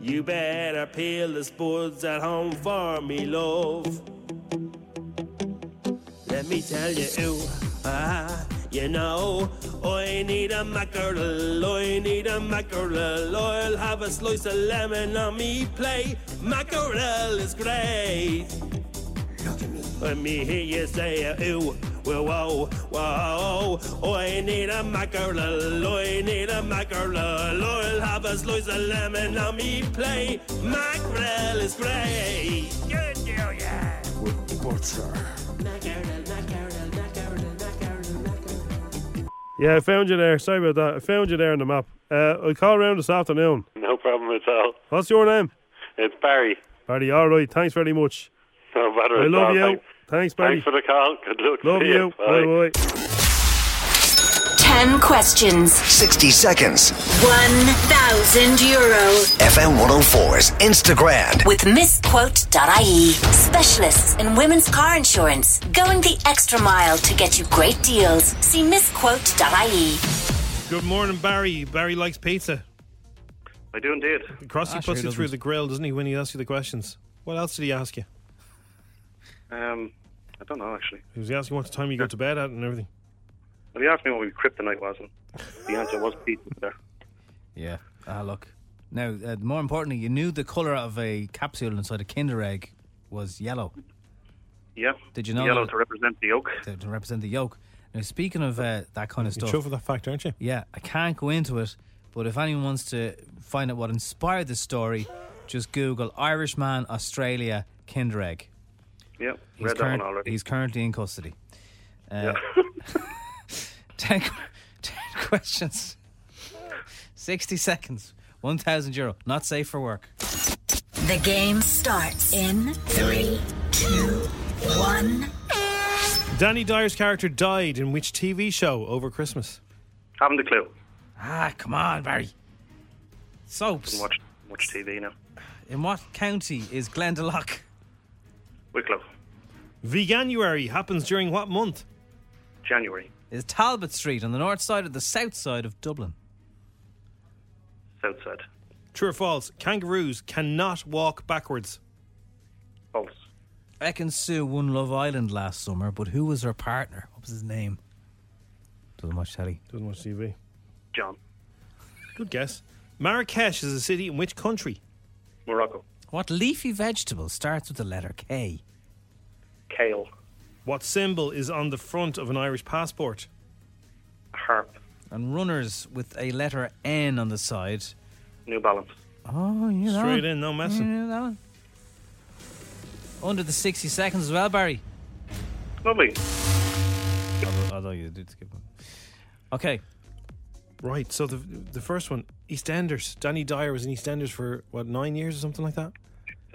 Speaker 6: You better peel the spuds at home for me, love. Let me tell you, ooh, ah, you know, I need a mackerel, I need a mackerel. I'll have a slice of lemon on me plate. Mackerel is great. Let me hear you say a ooh, whoa, whoa, whoa. Oh, I need a mackerel, I need a mackerel. I'll have a slice of lemon on me play. Mackerel is great. Good deal, yeah. With butter. Yeah, I found you there. Sorry about that. I found you there on the map. Uh, I'll call around this afternoon.
Speaker 5: No problem at all.
Speaker 6: What's your name?
Speaker 5: It's Barry.
Speaker 6: Barry, all right. Thanks very much.
Speaker 5: No bother
Speaker 6: I
Speaker 5: at all.
Speaker 6: love you.
Speaker 5: Thanks,
Speaker 6: Thanks, Barry.
Speaker 5: thanks for the call. Good luck.
Speaker 6: Love
Speaker 5: See ya.
Speaker 6: you. Bye bye.
Speaker 3: 10 questions,
Speaker 7: 60 seconds.
Speaker 3: 1,000 euro.
Speaker 7: FM 104's Instagram.
Speaker 3: with misquote.ie. E, Specialists in women's car insurance, going the extra mile to get you great deals. See misquote.ie.
Speaker 1: Good morning, Barry. Barry likes pizza.
Speaker 5: I do indeed.
Speaker 1: Crossy
Speaker 2: Ah, sure
Speaker 1: puts
Speaker 2: he
Speaker 1: you through
Speaker 2: doesn't.
Speaker 1: the grill, doesn't he? When he asks you the questions, what else did he ask you?
Speaker 5: Um, I don't know actually.
Speaker 1: He was asking what time you go to bed at and everything.
Speaker 5: Well, he asked me what we kryptonite was, and the answer was pizza. There.
Speaker 2: Yeah. Ah, look. Now, uh, more importantly, you knew the color of a capsule inside a Kinder egg was yellow
Speaker 5: Yeah.
Speaker 2: Did you know
Speaker 5: yellow
Speaker 2: that-
Speaker 5: to represent the oak?
Speaker 2: to, to represent the yolk. Now, speaking of uh, that kind
Speaker 1: You're
Speaker 2: of stuff,
Speaker 1: sure for that fact, aren't you?
Speaker 2: yeah, I can't go into it. But if anyone wants to find out what inspired this story, just Google Irishman Australia Kinder egg.
Speaker 5: Yeah.
Speaker 2: He's,
Speaker 5: Read that
Speaker 2: current-
Speaker 5: one already.
Speaker 2: he's currently in custody. Uh, 10, qu- 10 questions, 60 seconds. 1,000 euro. Not safe for work.
Speaker 3: The game starts in three, two, one.
Speaker 1: Danny Dyer's character died in which TV show over Christmas?
Speaker 5: Haven't a clue.
Speaker 2: Ah, come on, Barry. Soaps.
Speaker 5: Didn't watch much TV now.
Speaker 2: In what county is Glendalough?
Speaker 5: Wicklow,
Speaker 1: Veganuary happens during what month?
Speaker 5: January,
Speaker 2: Is Talbot Street on the north side or the south side of Dublin?
Speaker 5: Southside,
Speaker 1: True or false? Kangaroos cannot walk backwards.
Speaker 5: False,
Speaker 2: Ekin Sue won Love Island last summer, but who was her partner? What was his name? Doesn't watch telly.
Speaker 1: Doesn't watch TV.
Speaker 5: John,
Speaker 1: Good guess. Marrakesh is a city in which country?
Speaker 5: Morocco,
Speaker 2: What leafy vegetable starts with the letter K?
Speaker 5: Kale,
Speaker 1: What symbol is on the front of an Irish passport?
Speaker 5: Harp,
Speaker 2: And runners with a letter N on the side.
Speaker 5: New Balance,
Speaker 2: Oh, you know. Mm.
Speaker 1: Straight in, no messing.
Speaker 2: that one. Under the 60 seconds as well, Barry.
Speaker 5: Lovely.
Speaker 2: although, although you did skip one. Okay.
Speaker 1: Right, so the the first one, EastEnders. Danny Dyer was in EastEnders for what nine years or something like that.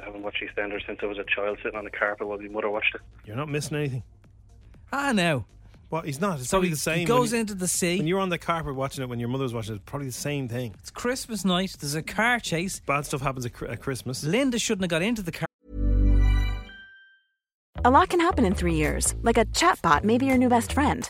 Speaker 5: I haven't watched EastEnders since I was a child sitting on the carpet while my mother watched it.
Speaker 1: You're not missing anything.
Speaker 2: Ah, no.
Speaker 1: Well, he's not. It's
Speaker 2: So
Speaker 1: probably
Speaker 2: he,
Speaker 1: the same.
Speaker 2: he goes
Speaker 1: when you-
Speaker 2: into the
Speaker 1: when
Speaker 2: sea.
Speaker 1: you're on the carpet watching it when your mother was watching it. It's probably the same thing.
Speaker 2: It's Christmas night. There's a car chase.
Speaker 1: Bad stuff happens at, Cri- at Christmas.
Speaker 2: Linda shouldn't have got into the car.
Speaker 8: A lot can happen in three years, like a chatbot may be your new best friend.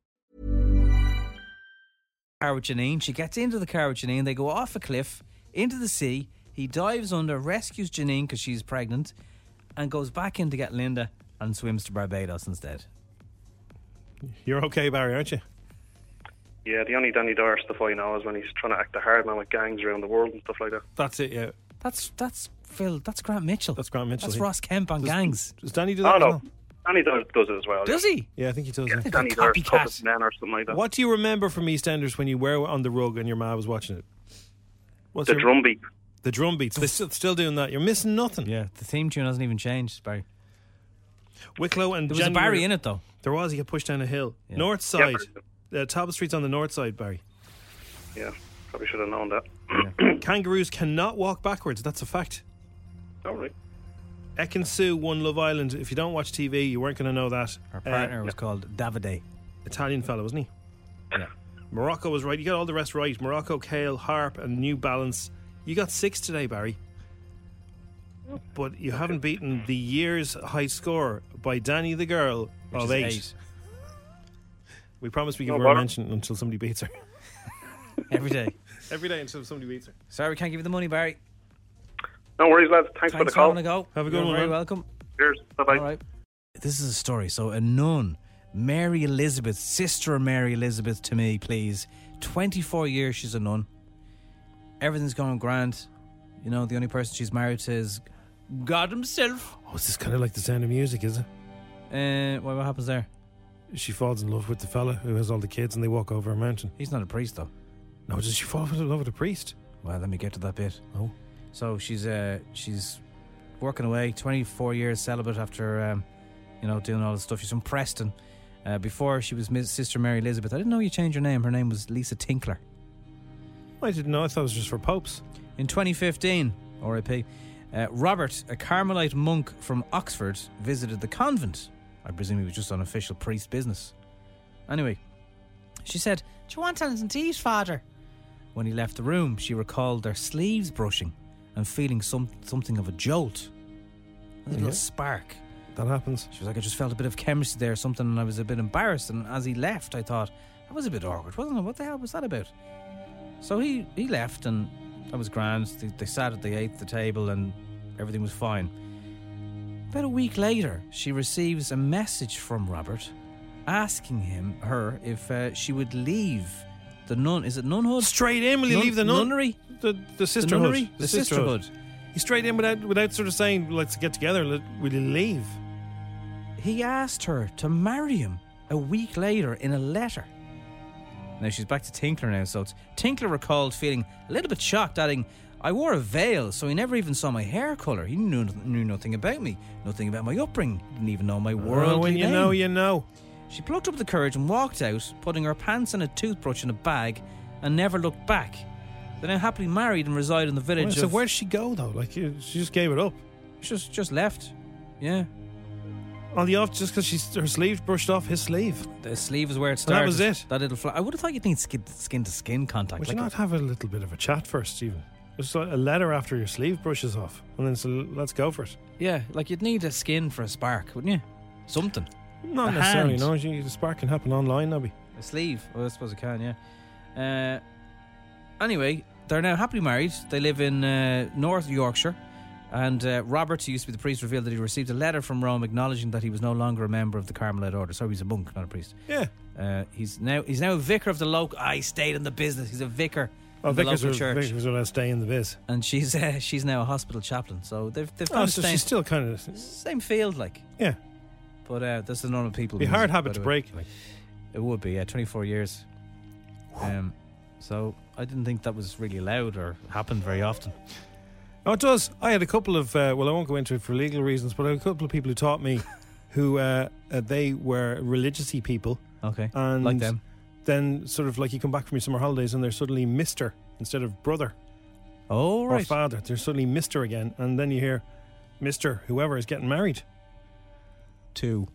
Speaker 2: car with Janine. She gets into the car with Janine. They go off a cliff into the sea. He dives under, rescues Janine because she's pregnant, and goes back in to get Linda and swims to Barbados instead.
Speaker 1: You're okay, Barry, aren't you?
Speaker 5: Yeah, the only Danny Dyer stuff I know is when he's trying to act a hard man with gangs around the world and stuff like that.
Speaker 1: That's it. Yeah,
Speaker 2: That's that's Phil. That's Grant Mitchell.
Speaker 1: that's Grant Mitchell.
Speaker 2: That's
Speaker 1: He-
Speaker 2: Ross Kemp on
Speaker 1: Does-
Speaker 2: gangs.
Speaker 1: Does Danny do that?
Speaker 5: Oh,
Speaker 1: as
Speaker 5: no.
Speaker 1: well?
Speaker 5: Danny Dyer does it as well.
Speaker 2: Does he?
Speaker 1: Yeah, I think he does.
Speaker 5: Yeah,
Speaker 1: yeah.
Speaker 5: Danny Dyer's
Speaker 2: Copycat.
Speaker 5: toughest man or something like that.
Speaker 1: What do you remember from EastEnders when you were on the rug and your ma was watching it? What's
Speaker 5: The
Speaker 1: your-
Speaker 5: drum beat.
Speaker 1: The drum beats. They're still, still doing that. You're missing nothing.
Speaker 2: Yeah, the theme tune hasn't even changed, Barry.
Speaker 1: Wicklow and
Speaker 2: There was a
Speaker 1: January-
Speaker 2: Barry in it though.
Speaker 1: There was. He got pushed down a hill.
Speaker 2: Yeah.
Speaker 1: North
Speaker 5: Yeah,
Speaker 1: side. Uh, Talbot Street's on the north side, Barry.
Speaker 5: Yeah, probably should have known that.
Speaker 1: Kangaroos cannot walk backwards. That's a fact.
Speaker 5: All right.
Speaker 1: Ekin Sue won Love Island. If you don't watch TV, you weren't going to know that.
Speaker 2: Her
Speaker 1: Uh,
Speaker 2: partner was called Davide.
Speaker 1: Italian fellow, wasn't he? Morocco was right. You got all the rest right. Morocco, Kale, Harp, and New Balance. You got six today, Barry. But you haven't beaten the year's high score by Danny the girl
Speaker 2: Which
Speaker 1: of
Speaker 2: is
Speaker 1: eight. We promised we give
Speaker 5: No
Speaker 1: her a
Speaker 5: bother.
Speaker 1: mention until somebody beats her.
Speaker 2: eight every day.
Speaker 1: Every day until somebody beats her.
Speaker 2: Sorry, we can't give you the money, Barry.
Speaker 5: No worries, lads. Thanks, for the
Speaker 2: Thanks for
Speaker 5: call.
Speaker 2: having a go.
Speaker 1: Have a good
Speaker 2: You're
Speaker 1: one,
Speaker 2: Very
Speaker 1: man.
Speaker 2: welcome.
Speaker 5: Cheers. Bye-bye.
Speaker 2: All right. This is a story. So, a nun, Mary Elizabeth, sister of Mary Elizabeth to me, please. 24 years she's a nun. Everything's going grand. You know, the only person she's married to is God Himself.
Speaker 1: Oh, this is kind of like the sound of music, is it?
Speaker 2: Uh, what, what happens there?
Speaker 1: She falls in love with the fella who has all the kids and they walk over a mountain.
Speaker 2: He's not a priest, though.
Speaker 1: No, does she fall in love with a priest?
Speaker 2: Well, let me get to that bit.
Speaker 1: Oh.
Speaker 2: So she's uh, she's working away, 24 years celibate after um, you know doing all the stuff. She's from Preston. Uh, before she was Miss Sister Mary Elizabeth. I didn't know you changed her name. Her name was Lisa Tinkler.
Speaker 1: I didn't know. I thought it was just for popes.
Speaker 2: In 2015, RIP, Uh, Robert, a Carmelite monk from Oxford, visited the convent. I presume he was just on official priest business. Anyway, she said, Do you want anything to eat, Father? When he left the room, she recalled their sleeves brushing and feeling some, something of a jolt. A little
Speaker 1: Yeah.
Speaker 2: spark.
Speaker 1: That happens.
Speaker 2: She was like, I just felt a bit of chemistry there or something, and I was a bit embarrassed. And as he left, I thought, that was a bit awkward, wasn't it? What the hell was that about? So he, he left, and that was grand. They, they sat at the eighth the table, and everything was fine. About a week later, she receives a message from Robert asking him her if uh, she would leave the nun. Is it nunhood?
Speaker 1: Straight in, will you
Speaker 2: Nun-
Speaker 1: leave the nun-
Speaker 2: nunnery?
Speaker 1: The, the sisterhood.
Speaker 2: nunnery? The sisterhood.
Speaker 1: He straight in without without sort of saying, let's get together, let, will you leave?
Speaker 2: He asked her to marry him a week later in a letter. Now she's back to Tinkler now, so it's Tinkler recalled feeling a little bit shocked, adding, I wore a veil, so he never even saw my hair colour. He knew, knew nothing about me, nothing about my upbringing, didn't even know my world.
Speaker 1: Oh, when you know, you know.
Speaker 2: She plucked up the courage and walked out, putting her pants and a toothbrush in a bag, and never looked back. They're now happily married and reside in the village
Speaker 1: Well, so
Speaker 2: of.
Speaker 1: where'd she go though? Like you- she just gave it up.
Speaker 2: She just just left. Yeah.
Speaker 1: On the off, just because she's her sleeve brushed off his sleeve.
Speaker 2: The sleeve is where it
Speaker 1: Well,
Speaker 2: started.
Speaker 1: that was it.
Speaker 2: That little fly. I would have thought you'd need skin, skin to skin contact.
Speaker 1: Would
Speaker 2: like
Speaker 1: you
Speaker 2: a-
Speaker 1: not have a little bit of a chat first, Stephen? Just a a letter after your sleeve brushes off, and then so let's go for it.
Speaker 2: Yeah, like you'd need a skin for a spark, wouldn't you? Something.
Speaker 1: Not
Speaker 2: A
Speaker 1: necessarily.
Speaker 2: hand.
Speaker 1: No, you- the spark can happen online, Nobby.
Speaker 2: A sleeve. Well, I suppose it can, yeah. Uh, anyway, they're now happily married. They live in uh, North Yorkshire. And uh, Robert, who used to be the priest, revealed that he received a letter from Rome acknowledging that he was no longer a member of the Carmelite order. Sorry, he's a monk, not a priest.
Speaker 1: Yeah.
Speaker 2: Uh, he's now he's now a vicar of the local. I stayed in the business. He's a vicar
Speaker 1: Oh,
Speaker 2: of the
Speaker 1: Vickers
Speaker 2: local
Speaker 1: will,
Speaker 2: church,
Speaker 1: Vickers will stay in the biz.
Speaker 2: and she's uh, she's now a hospital chaplain. So they've they've
Speaker 1: Oh,
Speaker 2: found
Speaker 1: so
Speaker 2: the same-
Speaker 1: she's still kind of
Speaker 2: same field, like
Speaker 1: yeah.
Speaker 2: But uh, that's the normal people.
Speaker 1: Be a
Speaker 2: music,
Speaker 1: hard
Speaker 2: by
Speaker 1: habit
Speaker 2: the
Speaker 1: to
Speaker 2: way.
Speaker 1: break. Like,
Speaker 2: It would be, yeah, 24 years. Um, so I didn't think that was really allowed or happened very often.
Speaker 1: Oh, it does. I had a couple of, uh, well, I won't go into it for legal reasons, but I had a couple of people who taught me who uh, uh, they were religious people.
Speaker 2: Okay.
Speaker 1: And
Speaker 2: Like them.
Speaker 1: Then, sort of like you come back from your summer holidays and they're suddenly Mr. instead of brother.
Speaker 2: Oh,
Speaker 1: right. Or father. They're suddenly Mr. again. And then you hear Mr. whoever is getting married.
Speaker 2: To?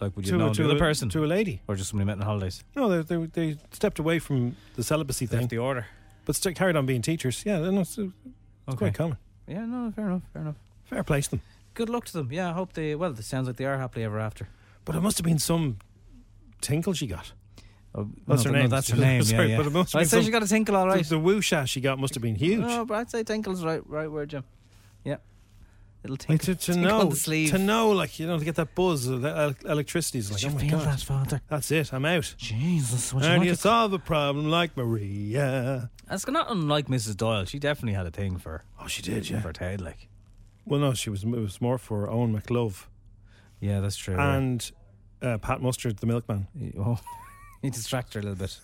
Speaker 2: Like, would you
Speaker 1: To-
Speaker 2: know
Speaker 1: to
Speaker 2: the other
Speaker 1: a-
Speaker 2: person?
Speaker 1: to a lady.
Speaker 2: Or just somebody met on holidays?
Speaker 1: No, they, they, they stepped away from the celibacy thing.
Speaker 2: Left the order.
Speaker 1: But still carried on being teachers. Yeah, no, it's, it's quite common.
Speaker 2: Yeah, no, fair enough, fair enough.
Speaker 1: Fair play to them.
Speaker 2: Good luck to them. Yeah, I hope they, well, it sounds like they are happily ever after.
Speaker 1: But it must have been some tinkle she got.
Speaker 2: Oh,
Speaker 1: that's
Speaker 2: no,
Speaker 1: her
Speaker 2: but- no,
Speaker 1: name.
Speaker 2: that's her name, yeah,
Speaker 1: Sorry,
Speaker 2: yeah.
Speaker 1: But it must have
Speaker 2: I'd
Speaker 1: been
Speaker 2: say she
Speaker 1: some-
Speaker 2: got a tinkle, all right. Oh,
Speaker 1: The, the woosha she got must have been huge.
Speaker 2: No, but I'd say Tinkle's right, right word, Jim. Yeah. Little
Speaker 1: Like,
Speaker 2: tinkle,
Speaker 1: to, to
Speaker 2: tinkle
Speaker 1: know,
Speaker 2: on the sleeve.
Speaker 1: to know, like you know, to get that buzz, of the el- electricity is like,
Speaker 2: you
Speaker 1: oh my
Speaker 2: feel
Speaker 1: god,
Speaker 2: that, Father?
Speaker 1: That's it. I'm out.
Speaker 2: Jesus, would you
Speaker 1: and
Speaker 2: like
Speaker 1: you
Speaker 2: a-
Speaker 1: solve a problem like Maria.
Speaker 2: That's not unlike Mrs. Doyle. She definitely had a thing for.
Speaker 1: Oh, she did, yeah.
Speaker 2: For Ted, like.
Speaker 1: Well, no, she was it was more for Owen McLove
Speaker 2: Yeah, that's true.
Speaker 1: and uh, Pat Mustard, the milkman.
Speaker 2: Oh, you distracted her a little bit.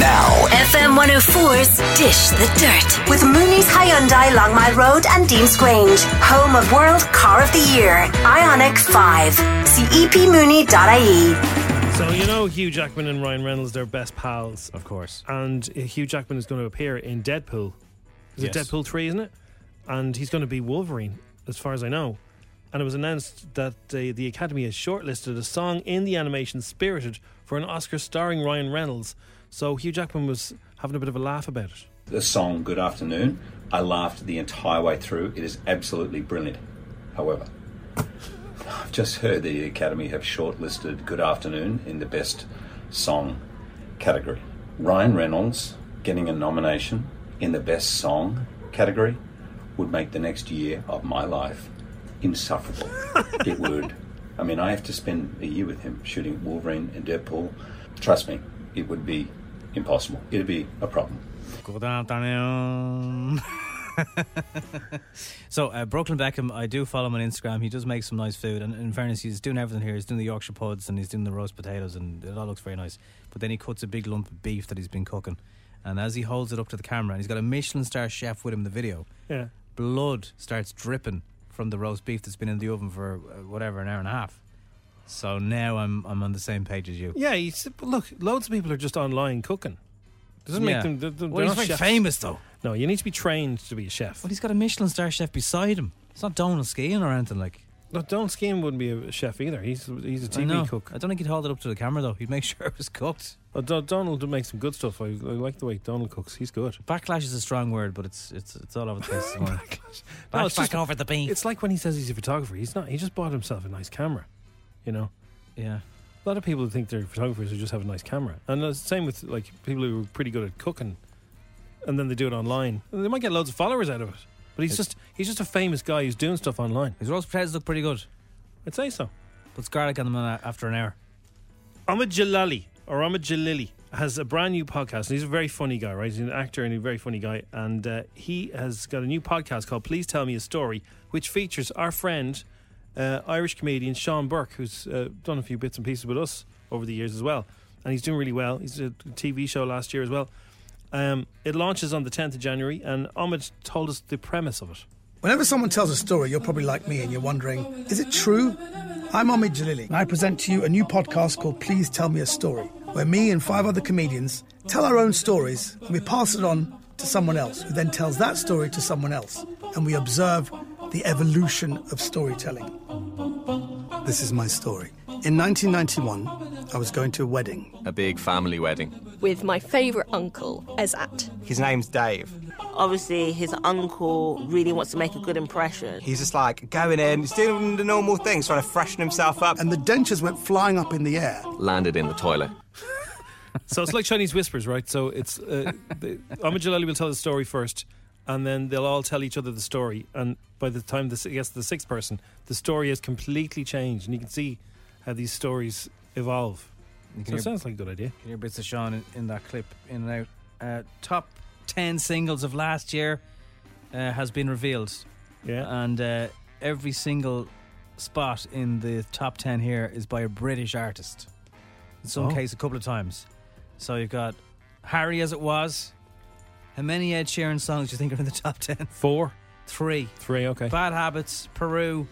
Speaker 3: FM 104's Dish the Dirt with Mooney's Hyundai Long My Road and Dean's Grange, home of World Car of the Year, Ionic 5. See E epmooney.ie.
Speaker 1: So you know, Hugh Jackman and Ryan Reynolds, they're best pals,
Speaker 2: Of course.
Speaker 1: and uh, Hugh Jackman is going to appear in Deadpool. Is it
Speaker 2: Yes.
Speaker 1: Deadpool three, isn't it? And he's going to be Wolverine, as far as I know. And it was announced that the, the Academy has shortlisted a song in the animation Spirited for an Oscar starring Ryan Reynolds. So Hugh Jackman was having a bit of a laugh about it.
Speaker 9: the song Good Afternoon, I laughed the entire way through. It is absolutely brilliant. However, I've just heard the Academy have shortlisted Good Afternoon in the best song category. Ryan Reynolds getting a nomination in the best song category would make the next year of my life insufferable. it would. I mean, I have to spend a year with him shooting Wolverine and Deadpool. Trust me, it would be impossible. It'd be a problem.
Speaker 2: Good afternoon. so, uh, Brooklyn Beckham, I do follow him on Instagram. He does make some nice food. And in fairness, he's doing everything here. He's doing the Yorkshire puds and he's doing the roast potatoes, and it all looks very nice. But then he cuts a big lump of beef that he's been cooking. And as he holds it up to the camera, and he's got a Michelin star chef with him in the video,
Speaker 1: Yeah.
Speaker 2: blood starts dripping from the roast beef that's been in the oven for uh, whatever, an hour and a half. So now I'm, I'm on the same page as you.
Speaker 1: Yeah, he's, but look, loads of people are just online cooking. Doesn't
Speaker 2: Yeah.
Speaker 1: make them. They're, they're
Speaker 2: Well, he's
Speaker 1: not
Speaker 2: very
Speaker 1: chefs.
Speaker 2: famous, though.
Speaker 1: No, you need to be trained to be a chef.
Speaker 2: But he's got a Michelin star chef beside him. It's not Donald Skiing or anything like.
Speaker 1: No, Donald Skiing wouldn't be a chef either. He's he's a
Speaker 2: I
Speaker 1: TV
Speaker 2: know.
Speaker 1: cook.
Speaker 2: I don't think he'd hold it up to the camera though. He'd make sure it was cooked.
Speaker 1: Although Donald makes some good stuff. I, I like the way Donald cooks. He's good.
Speaker 2: Backlash is a strong word, but it's it's it's all over the place. Backlash.
Speaker 1: No,
Speaker 2: Oh back over the beans.
Speaker 1: It's like when he says he's a photographer. He's not. He just bought himself a nice camera. You know.
Speaker 2: Yeah.
Speaker 1: A lot of people think they're photographers who just have a nice camera, and the same with like people who are pretty good at cooking, and then they do it online. They might get loads of followers out of it, but he's
Speaker 2: It-
Speaker 1: just he's just a famous guy who's doing stuff online.
Speaker 2: His roast potatoes look pretty good.
Speaker 1: I'd say so.
Speaker 2: Puts garlic on them in a- after an hour.
Speaker 1: Ahmed Jalali or Ahmed Jalili has a brand new podcast. And he's a very funny guy, right? He's an actor and a very funny guy. And uh, he has got a new podcast called Please Tell Me a Story, which features our friend, uh, Irish comedian Sean Burke, who's uh, done a few bits and pieces with us over the years as well. And he's doing really well. He's did a TV show last year as well. Um, it launches on the 10th of January, and Ahmed told us the premise of it.
Speaker 10: Whenever someone tells a story, you're probably like me and you're wondering, is it true? I'm Omid Jalili, and I present to you a new podcast called Please Tell Me a Story, where me and five other comedians tell our own stories and we pass it on to someone else, who then tells that story to someone else, and we observe the evolution of storytelling. This is my story. In 1991, I was going to a wedding.
Speaker 11: A big family wedding.
Speaker 12: with my favourite uncle, Ezat.
Speaker 11: His name's Dave.
Speaker 12: Obviously, his uncle really wants to make a good impression.
Speaker 11: He's just like going in, just doing the normal things, trying to freshen himself up.
Speaker 10: And the dentures went flying up in the air.
Speaker 11: Landed in the toilet.
Speaker 1: So it's like Chinese whispers, right? So it's uh, the, Ahmed Jalali will tell the story first, and then they'll all tell each other the story. And by the time this gets to the sixth person, the story has completely changed, and you can see how these stories evolve. So it sounds like a good idea.
Speaker 2: Can hear bits of Sean in, in that clip, in and out. Uh, top ten singles of last year uh, has been revealed.
Speaker 1: Yeah,
Speaker 2: and uh, every single spot in the top ten here is by a British artist. In some
Speaker 1: Oh.
Speaker 2: case, a couple of times. So you've got Harry as it was. How many Ed Sheeran songs do you think are in the top ten?
Speaker 1: Four,
Speaker 2: three,
Speaker 1: three. Okay.
Speaker 2: Bad Habits, Peru,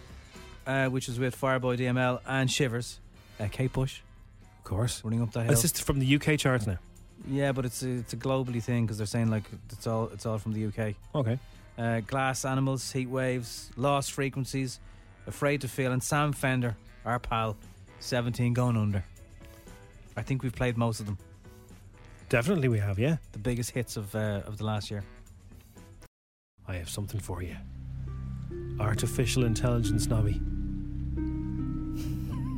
Speaker 2: uh, which is with Fireboy DML and Shivers, uh, Kate Bush,
Speaker 1: of course,
Speaker 2: running up the hill.
Speaker 1: It's just from the UK charts now.
Speaker 2: Yeah, but it's a, it's a globally thing because they're saying like it's all it's all from the UK.
Speaker 1: Okay.
Speaker 2: Uh, glass animals, heat waves, lost frequencies, afraid to feel, and Sam Fender, our pal, seventeen gone under. I think we've played most of them,
Speaker 1: Definitely, we have. Yeah,
Speaker 2: the biggest hits of uh, of the last year.
Speaker 1: I have something for you. Artificial intelligence, Nobby.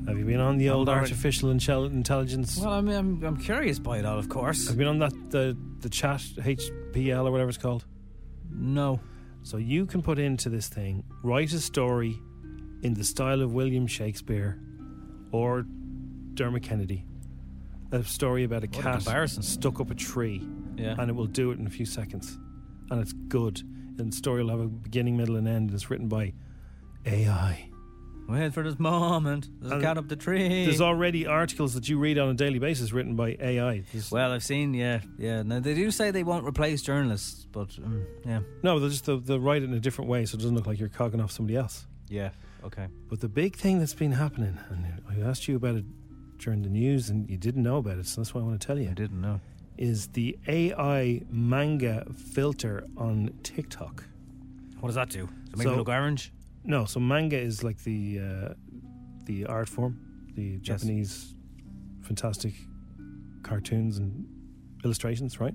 Speaker 1: Have you been on the
Speaker 2: I'm
Speaker 1: old
Speaker 2: already-
Speaker 1: artificial intel- intelligence?
Speaker 2: Well, I'm I'm, I'm curious by it all, of course.
Speaker 1: Have you been on that the the chat HPL or whatever it's called?
Speaker 2: No.
Speaker 1: So you can put into this thing write a story in the style of William Shakespeare or Dermot Kennedy, a story about a
Speaker 2: a
Speaker 1: cat
Speaker 2: comparison.
Speaker 1: stuck up a tree,
Speaker 2: Yeah.
Speaker 1: and it will do it in a few seconds, and it's good. And the story will have a beginning, middle, and end, and it's written by AI.
Speaker 2: Wait for this moment. There's a
Speaker 1: And
Speaker 2: cat up the tree.
Speaker 1: There's already articles that you read on a daily basis written by AI. There's-
Speaker 2: well, I've seen, yeah, yeah. Now they do say they won't replace journalists, but um, yeah,
Speaker 1: no, they'll just they'll, they'll write it in a different way, so it doesn't look like you're cogging off somebody else.
Speaker 2: yeah, okay.
Speaker 1: But the big thing that's been happening, and I asked you about it during the news, and you didn't know about it, so that's why I want to tell you. I
Speaker 2: didn't know.
Speaker 1: Is the AI manga filter on TikTok?
Speaker 2: What does that do? Does it make me look orange?
Speaker 1: No, so manga is like the uh, the art form, the Japanese fantastic cartoons and illustrations, right?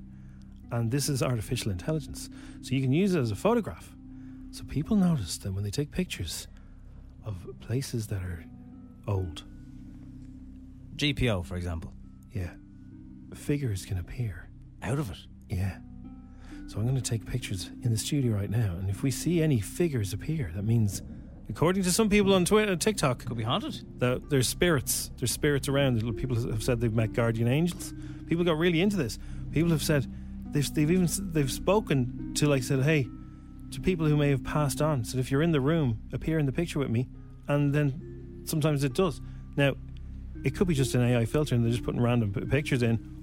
Speaker 1: And this is artificial intelligence, so you can use it as a photograph. So people notice that when they take pictures of places that are old,
Speaker 2: GPO, for example.
Speaker 1: Yeah. Figures can appear.
Speaker 2: Out of it?
Speaker 1: Yeah. So I'm going to take pictures in the studio right now, and if we see any figures appear, that means, according to some people on Twitter, TikTok, could
Speaker 2: be haunted.
Speaker 1: That there's spirits. There's spirits around. People have said they've met guardian angels. People got really into this. People have said they've they've even s- they've spoken to like said hey to people who may have passed on. Said if you're in the room, appear in the picture with me, and then sometimes it does. Now, it could be just an AI filter, and they're just putting random p- pictures in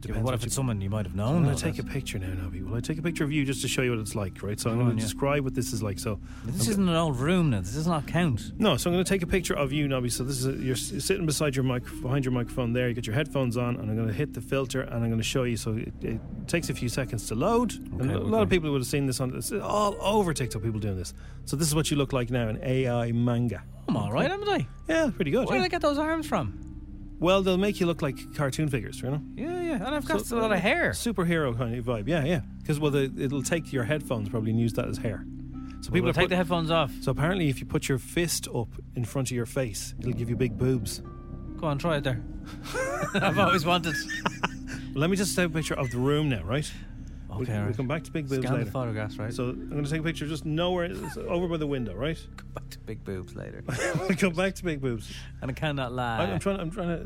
Speaker 1: Depends
Speaker 2: what if
Speaker 1: you-
Speaker 2: it's someone you might have known,
Speaker 1: I'm going
Speaker 2: though,
Speaker 1: to take a picture now, Nobby. Will I take a picture of you just to show you what it's like, right? So I'm
Speaker 2: Go
Speaker 1: going
Speaker 2: on,
Speaker 1: to
Speaker 2: yeah.
Speaker 1: describe what this is like. So
Speaker 2: This
Speaker 1: I'm go-
Speaker 2: isn't an old room now. This does not count.
Speaker 1: no, so I'm going to take a picture of you, Nobby. So this is a, you're s- sitting beside your mic, behind your microphone there. You got your headphones on, and I'm going to hit the filter, and I'm going to show you. So it, it takes a few seconds to load. and a lot of people would have seen this on this is all over TikTok. People doing this. So this is what you look like now in AI manga.
Speaker 2: I'm all right, haven't I?
Speaker 1: Yeah, pretty good.
Speaker 2: Where
Speaker 1: yeah.
Speaker 2: did I get those arms from?
Speaker 1: Well, they'll make you look like cartoon figures, you know.
Speaker 2: Yeah, yeah. And I've got
Speaker 1: So-
Speaker 2: a lot of hair.
Speaker 1: Superhero kind of vibe. Yeah, yeah. Because well, the, it'll take your headphones probably and use that as hair. So
Speaker 2: People
Speaker 1: people are
Speaker 2: take
Speaker 1: put-
Speaker 2: the headphones off.
Speaker 1: So apparently, if you put your fist up in front of your face, it'll give you big boobs.
Speaker 2: Go on, try it there. I've always wanted.
Speaker 1: Let me just take a picture of the room now, right? Okay, we'll, we'll
Speaker 2: alright.
Speaker 1: come back to big boobs
Speaker 2: Scan the
Speaker 1: later.
Speaker 2: photographs, right?
Speaker 1: So I'm going to take a picture just nowhere, it's over by the window, right?
Speaker 2: Come back to big boobs later.
Speaker 1: We'll come back to big boobs.
Speaker 2: and I cannot lie.
Speaker 1: I, I'm trying. I'm trying to.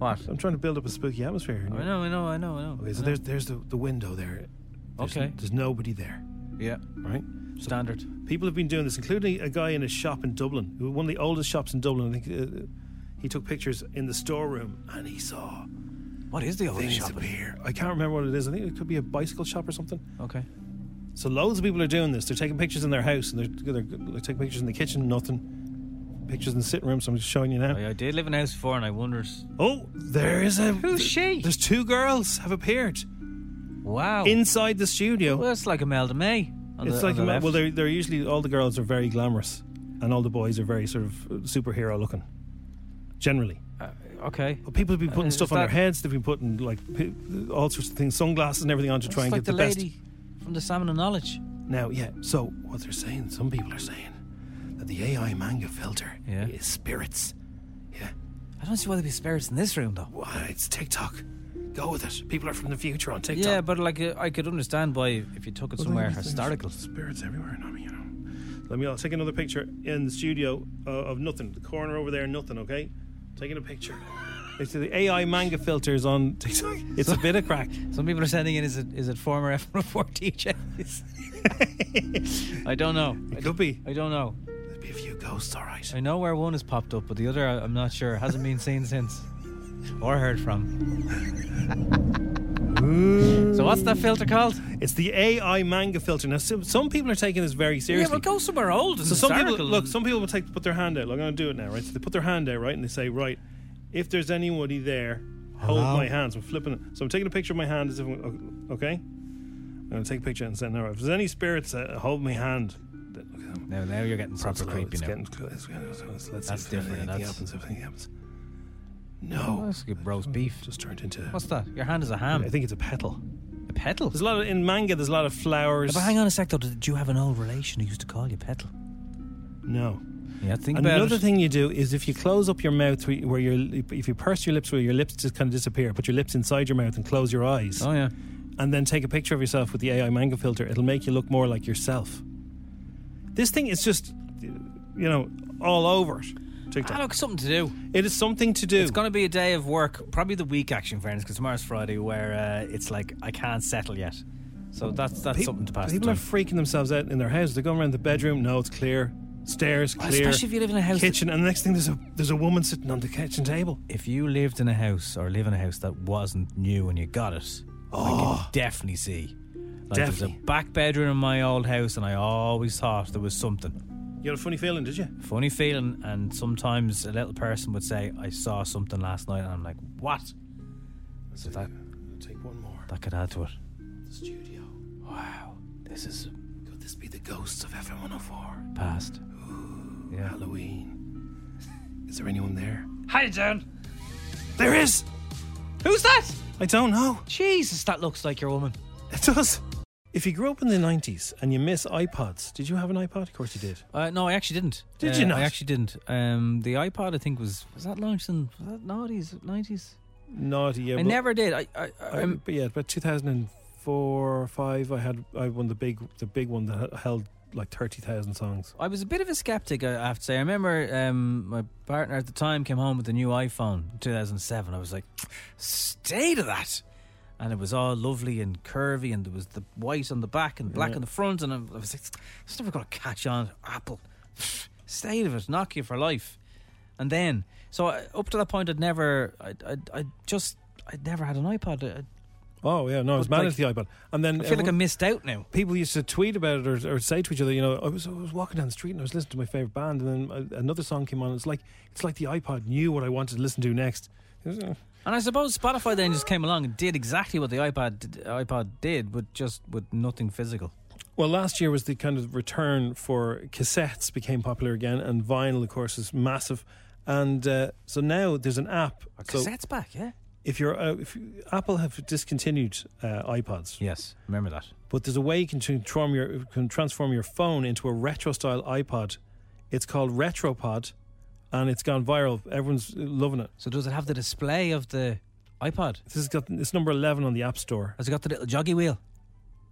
Speaker 2: What?
Speaker 1: I'm trying to build up a spooky atmosphere. Here.
Speaker 2: I know, I know, I know, I know.
Speaker 1: Okay, so there's there's the, the window there. There's-
Speaker 2: Okay.
Speaker 1: There's nobody there.
Speaker 2: Yeah.
Speaker 1: Right?
Speaker 2: Standard.
Speaker 1: People have been doing this, including a guy in a shop in Dublin, who- one of the oldest shops in Dublin. I think uh, he took pictures in the storeroom and he saw
Speaker 2: What is the oldest
Speaker 1: things
Speaker 2: shop in-
Speaker 1: appear. I can't remember what it is. I think it could be a bicycle shop or something.
Speaker 2: Okay.
Speaker 1: So loads of people are doing this. They're taking pictures in their house and they're, they're, they're taking pictures in the kitchen, nothing. Pictures in the sitting room. So I'm just showing you now.
Speaker 2: I, I did live in a house before, and I wondered.
Speaker 1: Oh, there is a.
Speaker 2: Who's she?
Speaker 1: There's two girls have appeared
Speaker 2: Wow.
Speaker 1: inside the studio.
Speaker 2: well, it's like Imelda May. On
Speaker 1: It's
Speaker 2: the,
Speaker 1: like
Speaker 2: on the
Speaker 1: well,
Speaker 2: left.
Speaker 1: they're, they're usually all the girls are very glamorous, and all the boys are very sort of uh, superhero looking, generally.
Speaker 2: okay.
Speaker 1: But people have been putting
Speaker 2: Uh,
Speaker 1: stuff
Speaker 2: is
Speaker 1: on their
Speaker 2: that-
Speaker 1: heads. They've been putting like p- all sorts of things, sunglasses and everything on to
Speaker 2: It's
Speaker 1: try and
Speaker 2: like
Speaker 1: get the, best.
Speaker 2: lady from the Salmon of Knowledge.
Speaker 1: Now, yeah. So what they're saying, some people are saying that the AI manga filter
Speaker 2: Yeah.
Speaker 1: is spirits.
Speaker 2: I don't see why there'd be spirits in this room, though.
Speaker 1: Why it's TikTok. Go with it. People are from the future on TikTok.
Speaker 2: Yeah, but like uh, I could understand why if you took it
Speaker 1: Well,
Speaker 2: somewhere
Speaker 1: there's- there's
Speaker 2: historical.
Speaker 1: Spirits everywhere, Nami, you know. Let me. I'll take another picture in the studio uh, of nothing. The corner over there, nothing. Okay, taking a picture. It's the AI manga filters on TikTok. It's a bit of crack.
Speaker 2: Some people are sending in is it is it former F one hundred four DJs? I don't know.
Speaker 1: It could be.
Speaker 2: I don't know.
Speaker 1: There'd be a few ghosts, all right.
Speaker 2: I know where one has popped up, but the other I- I'm not sure. Hasn't been seen since or heard from. so what's that filter called?
Speaker 1: It's the AI manga filter. Now, some, some people are taking this very
Speaker 2: Yeah,
Speaker 1: seriously.
Speaker 2: well, go somewhere old and
Speaker 1: So some people
Speaker 2: historical.
Speaker 1: look. Some people will take put their hand out. Look, I'm going to do it now, right? So they put their hand out, right, and they say, right, if there's anybody there, hold
Speaker 2: Hello?
Speaker 1: my hands. I'm flipping it. So I'm taking a picture of my hand as if I'm, okay. I'm going to take a picture and send it. If there's any spirits, uh, hold my hand. Look at them.
Speaker 2: now, now you're getting proper
Speaker 1: It's low,
Speaker 2: creepy
Speaker 1: it's
Speaker 2: now.
Speaker 1: getting close. It's getting close. Let's see
Speaker 2: That's
Speaker 1: if
Speaker 2: different,
Speaker 1: anything
Speaker 2: that's-
Speaker 1: happens. If anything happens.
Speaker 2: Oh,
Speaker 1: No,
Speaker 2: that's good roast beef.
Speaker 1: just turned into.
Speaker 2: What's that? Your hand is a ham.
Speaker 1: I think it's a petal.
Speaker 2: A petal.
Speaker 1: There's a lot of in manga. There's a lot of flowers.
Speaker 2: But hang on a sec, though. Did you have an old relation who used to call you petal?
Speaker 1: No.
Speaker 2: Yeah, think about
Speaker 1: Another
Speaker 2: it.
Speaker 1: thing you do is if you close up your mouth where- where your if you purse your lips where your lips just kind of disappear, put your lips inside your mouth and close your eyes,
Speaker 2: Oh yeah.
Speaker 1: and then take a picture of yourself with the AI manga filter. It'll make you look more like yourself. This thing is just, you know, all over it.
Speaker 2: Ah,
Speaker 1: TikTok.
Speaker 2: look, something to do.
Speaker 1: It is something to do.
Speaker 2: It's going to be a day of work, probably the week action, in fairness, because tomorrow's Friday, where uh, it's like I can't settle yet. So that's that's
Speaker 1: Pe-
Speaker 2: something to pass.
Speaker 1: People
Speaker 2: the
Speaker 1: are
Speaker 2: time.
Speaker 1: freaking themselves out in their house. They're going around the bedroom. No, it's clear. Stairs
Speaker 2: Well,
Speaker 1: clear.
Speaker 2: especially if you live in a house that-
Speaker 1: Kitchen, and the next thing there's a there's a woman sitting on the kitchen table.
Speaker 2: if you lived in a house or live in a house that wasn't new and you got it, I can definitely see. Like there's a
Speaker 1: Definitely.
Speaker 2: back bedroom in my old house, and I always thought there was something.
Speaker 1: You had a funny feeling, did you?
Speaker 2: Funny feeling, and sometimes a little person would say, "I saw something last night," and I'm like, "What?" So that
Speaker 1: Take one more.
Speaker 2: that could add to it.
Speaker 1: Studio.
Speaker 2: Wow, this is
Speaker 1: Could this be the ghosts of FM 104?
Speaker 2: past. Yeah.
Speaker 1: Halloween. Is there anyone there?
Speaker 2: Hi, John.
Speaker 1: There is!
Speaker 2: Who's that?
Speaker 1: I don't know.
Speaker 2: Jesus, that looks like your woman.
Speaker 1: It does. If you grew up in the 90s and you miss iPods, did you have an iPod? Of course you did.
Speaker 2: Uh, no, I actually didn't.
Speaker 1: Did
Speaker 2: Uh,
Speaker 1: you not?
Speaker 2: I actually didn't. Um, the iPod, I think, was was that launched in was that nineties? Nineties?
Speaker 1: Naughty, yeah.
Speaker 2: I
Speaker 1: but-
Speaker 2: never did. I, I,
Speaker 1: I,
Speaker 2: I um,
Speaker 1: but yeah, about 2004 or 5, I had I won the big the big one that held like 30,000 songs.
Speaker 2: I was a bit of a skeptic. I I have to say. I remember um, my partner at the time came home with a new iPhone, in two thousand seven. I was like, stay to that. And it was all lovely and curvy, and there was the white on the back and black on the front, and I was like, "It's never going to catch on." Apple, stay to it, Nokia for life. And then, so I, up to that point, I'd never, I, I, I just, I'd never had an iPod. I-
Speaker 1: Oh yeah, no, I was
Speaker 2: But,
Speaker 1: mad
Speaker 2: like,
Speaker 1: at the iPod. And then
Speaker 2: I feel like I missed out now.
Speaker 1: People used to tweet about it or, or say to each other, you know, I was, I was walking down the street and I was listening to my favorite band, and then uh, another song came on. It's like it's like the iPod knew what I wanted to listen to next. It was, uh,
Speaker 2: And I suppose Spotify then just came along and did exactly what the iPad did- iPod did, but just with nothing physical.
Speaker 1: Well, last year was the kind of return for cassettes became popular again, and vinyl, of course, is massive. And uh, so now there's an app. so
Speaker 2: Cassettes back, yeah.
Speaker 1: if you're uh, if you, Apple have discontinued uh, iPods.
Speaker 2: Yes, remember that.
Speaker 1: But there's a way you can transform your can transform your phone into a retro style iPod. It's called RetroPod, and it's gone viral. Everyone's loving it.
Speaker 2: So does it have the display of the iPod?
Speaker 1: This has got it's number eleven on the App Store.
Speaker 2: Has it got the little joggy wheel?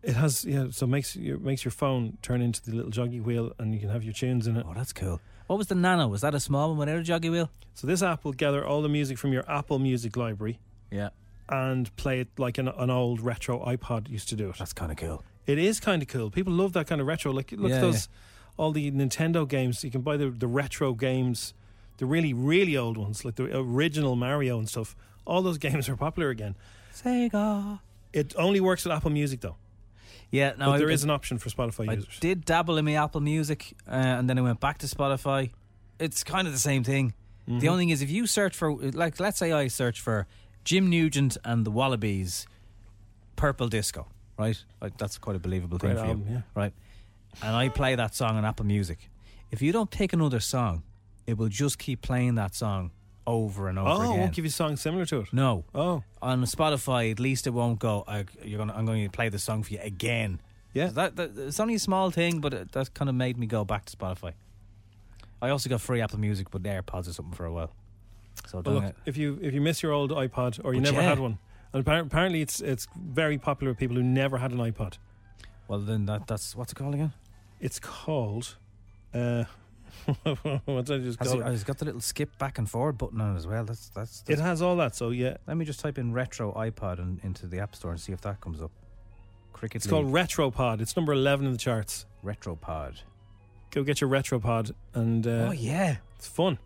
Speaker 1: It has yeah. So it makes your makes your phone turn into the little joggy wheel, and you can have your tunes in it.
Speaker 2: Oh, that's cool. What was the Nano? Was that a small one without a joggy wheel?
Speaker 1: So this app will gather all the music from your Apple Music library.
Speaker 2: Yeah.
Speaker 1: And play it like an, an old retro iPod used to do it. That's
Speaker 2: kind of cool.
Speaker 1: It is kind of cool. People love that kind of retro. Like look
Speaker 2: Yeah,
Speaker 1: at those, all the Nintendo games. You can buy the, the retro games, the really really old ones, like the original Mario and stuff. All those games are popular again.
Speaker 2: Sega.
Speaker 1: It only works with Apple Music though.
Speaker 2: Yeah, no,
Speaker 1: but
Speaker 2: I-
Speaker 1: there is an option for Spotify
Speaker 2: I
Speaker 1: users.
Speaker 2: did dabble in my Apple Music, uh, and then I went back to Spotify. It's kind of the same thing. The
Speaker 1: Mhm.
Speaker 2: only thing is, if you search for, like, let's say I search for Jim Nugent and the Wallabies, Purple Disco, right? Like, that's quite a believable thing
Speaker 1: Great
Speaker 2: for
Speaker 1: album,
Speaker 2: you,
Speaker 1: yeah.
Speaker 2: right? And I play that song on Apple Music. If you don't pick another song, it will just keep playing that song over and over
Speaker 1: Oh, it
Speaker 2: again.
Speaker 1: won't give you songs similar to it.
Speaker 2: No.
Speaker 1: Oh.
Speaker 2: On Spotify, at least it won't go. I, you're gonna, I'm going to play the song for you again.
Speaker 1: Yeah.
Speaker 2: that, that it's only a small thing, but it, that kind of made me go back to Spotify. I also got free Apple Music, but AirPods or something for a while. So
Speaker 1: But
Speaker 2: don't
Speaker 1: look, if you if you miss your old iPod or you
Speaker 2: But
Speaker 1: never
Speaker 2: yeah.
Speaker 1: had one, and appar- apparently it's it's very popular with people who never had an iPod.
Speaker 2: Well, then that that's what's it called again?
Speaker 1: It's called. Uh, what did I just
Speaker 2: Has
Speaker 1: call
Speaker 2: it,
Speaker 1: it?
Speaker 2: has it got the little skip back and forward button on it as well. That's that's.
Speaker 1: It has all that. So yeah,
Speaker 2: let me just type in retro iPod and, into the App Store and see if that comes up. Cricket.
Speaker 1: It's called Retropod. It's number eleven in the charts.
Speaker 2: Retropod.
Speaker 1: Go get your Retropod, and uh,
Speaker 2: oh yeah,
Speaker 1: it's fun.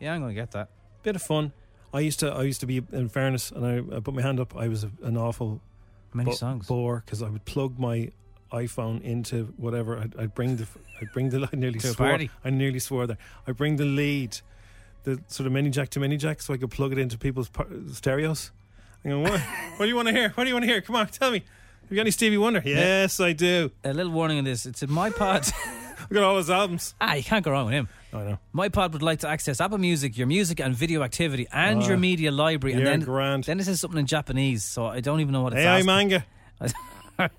Speaker 2: yeah. I'm gonna get that.
Speaker 1: Bit of fun. I used to I used to be in fairness, and I, I put my hand up. I was a, an awful
Speaker 2: Many
Speaker 1: bo-
Speaker 2: songs.
Speaker 1: bore because I would plug my iPhone into whatever. I'd, I'd bring the I'd bring the I nearly
Speaker 2: To a
Speaker 1: swore
Speaker 2: party.
Speaker 1: I nearly swore there. I bring the lead, the sort of mini jack to mini jack, so I could plug it into people's par- stereos. I go, what? what do you want to hear? What do you want to hear? Come on, tell me. Have you got any Stevie Wonder? Yes, I do.
Speaker 2: A little warning on this. It's in my pod.
Speaker 1: I've got all his albums.
Speaker 2: Ah, you can't go wrong with him.
Speaker 1: I know.
Speaker 2: My pod would like to access Apple Music, your music and video activity, and
Speaker 1: Ah,
Speaker 2: your media library. And
Speaker 1: you're
Speaker 2: then,
Speaker 1: grand.
Speaker 2: then it says something in Japanese, so I don't even know what it's
Speaker 1: Hey, I
Speaker 2: asking.
Speaker 1: manga. They're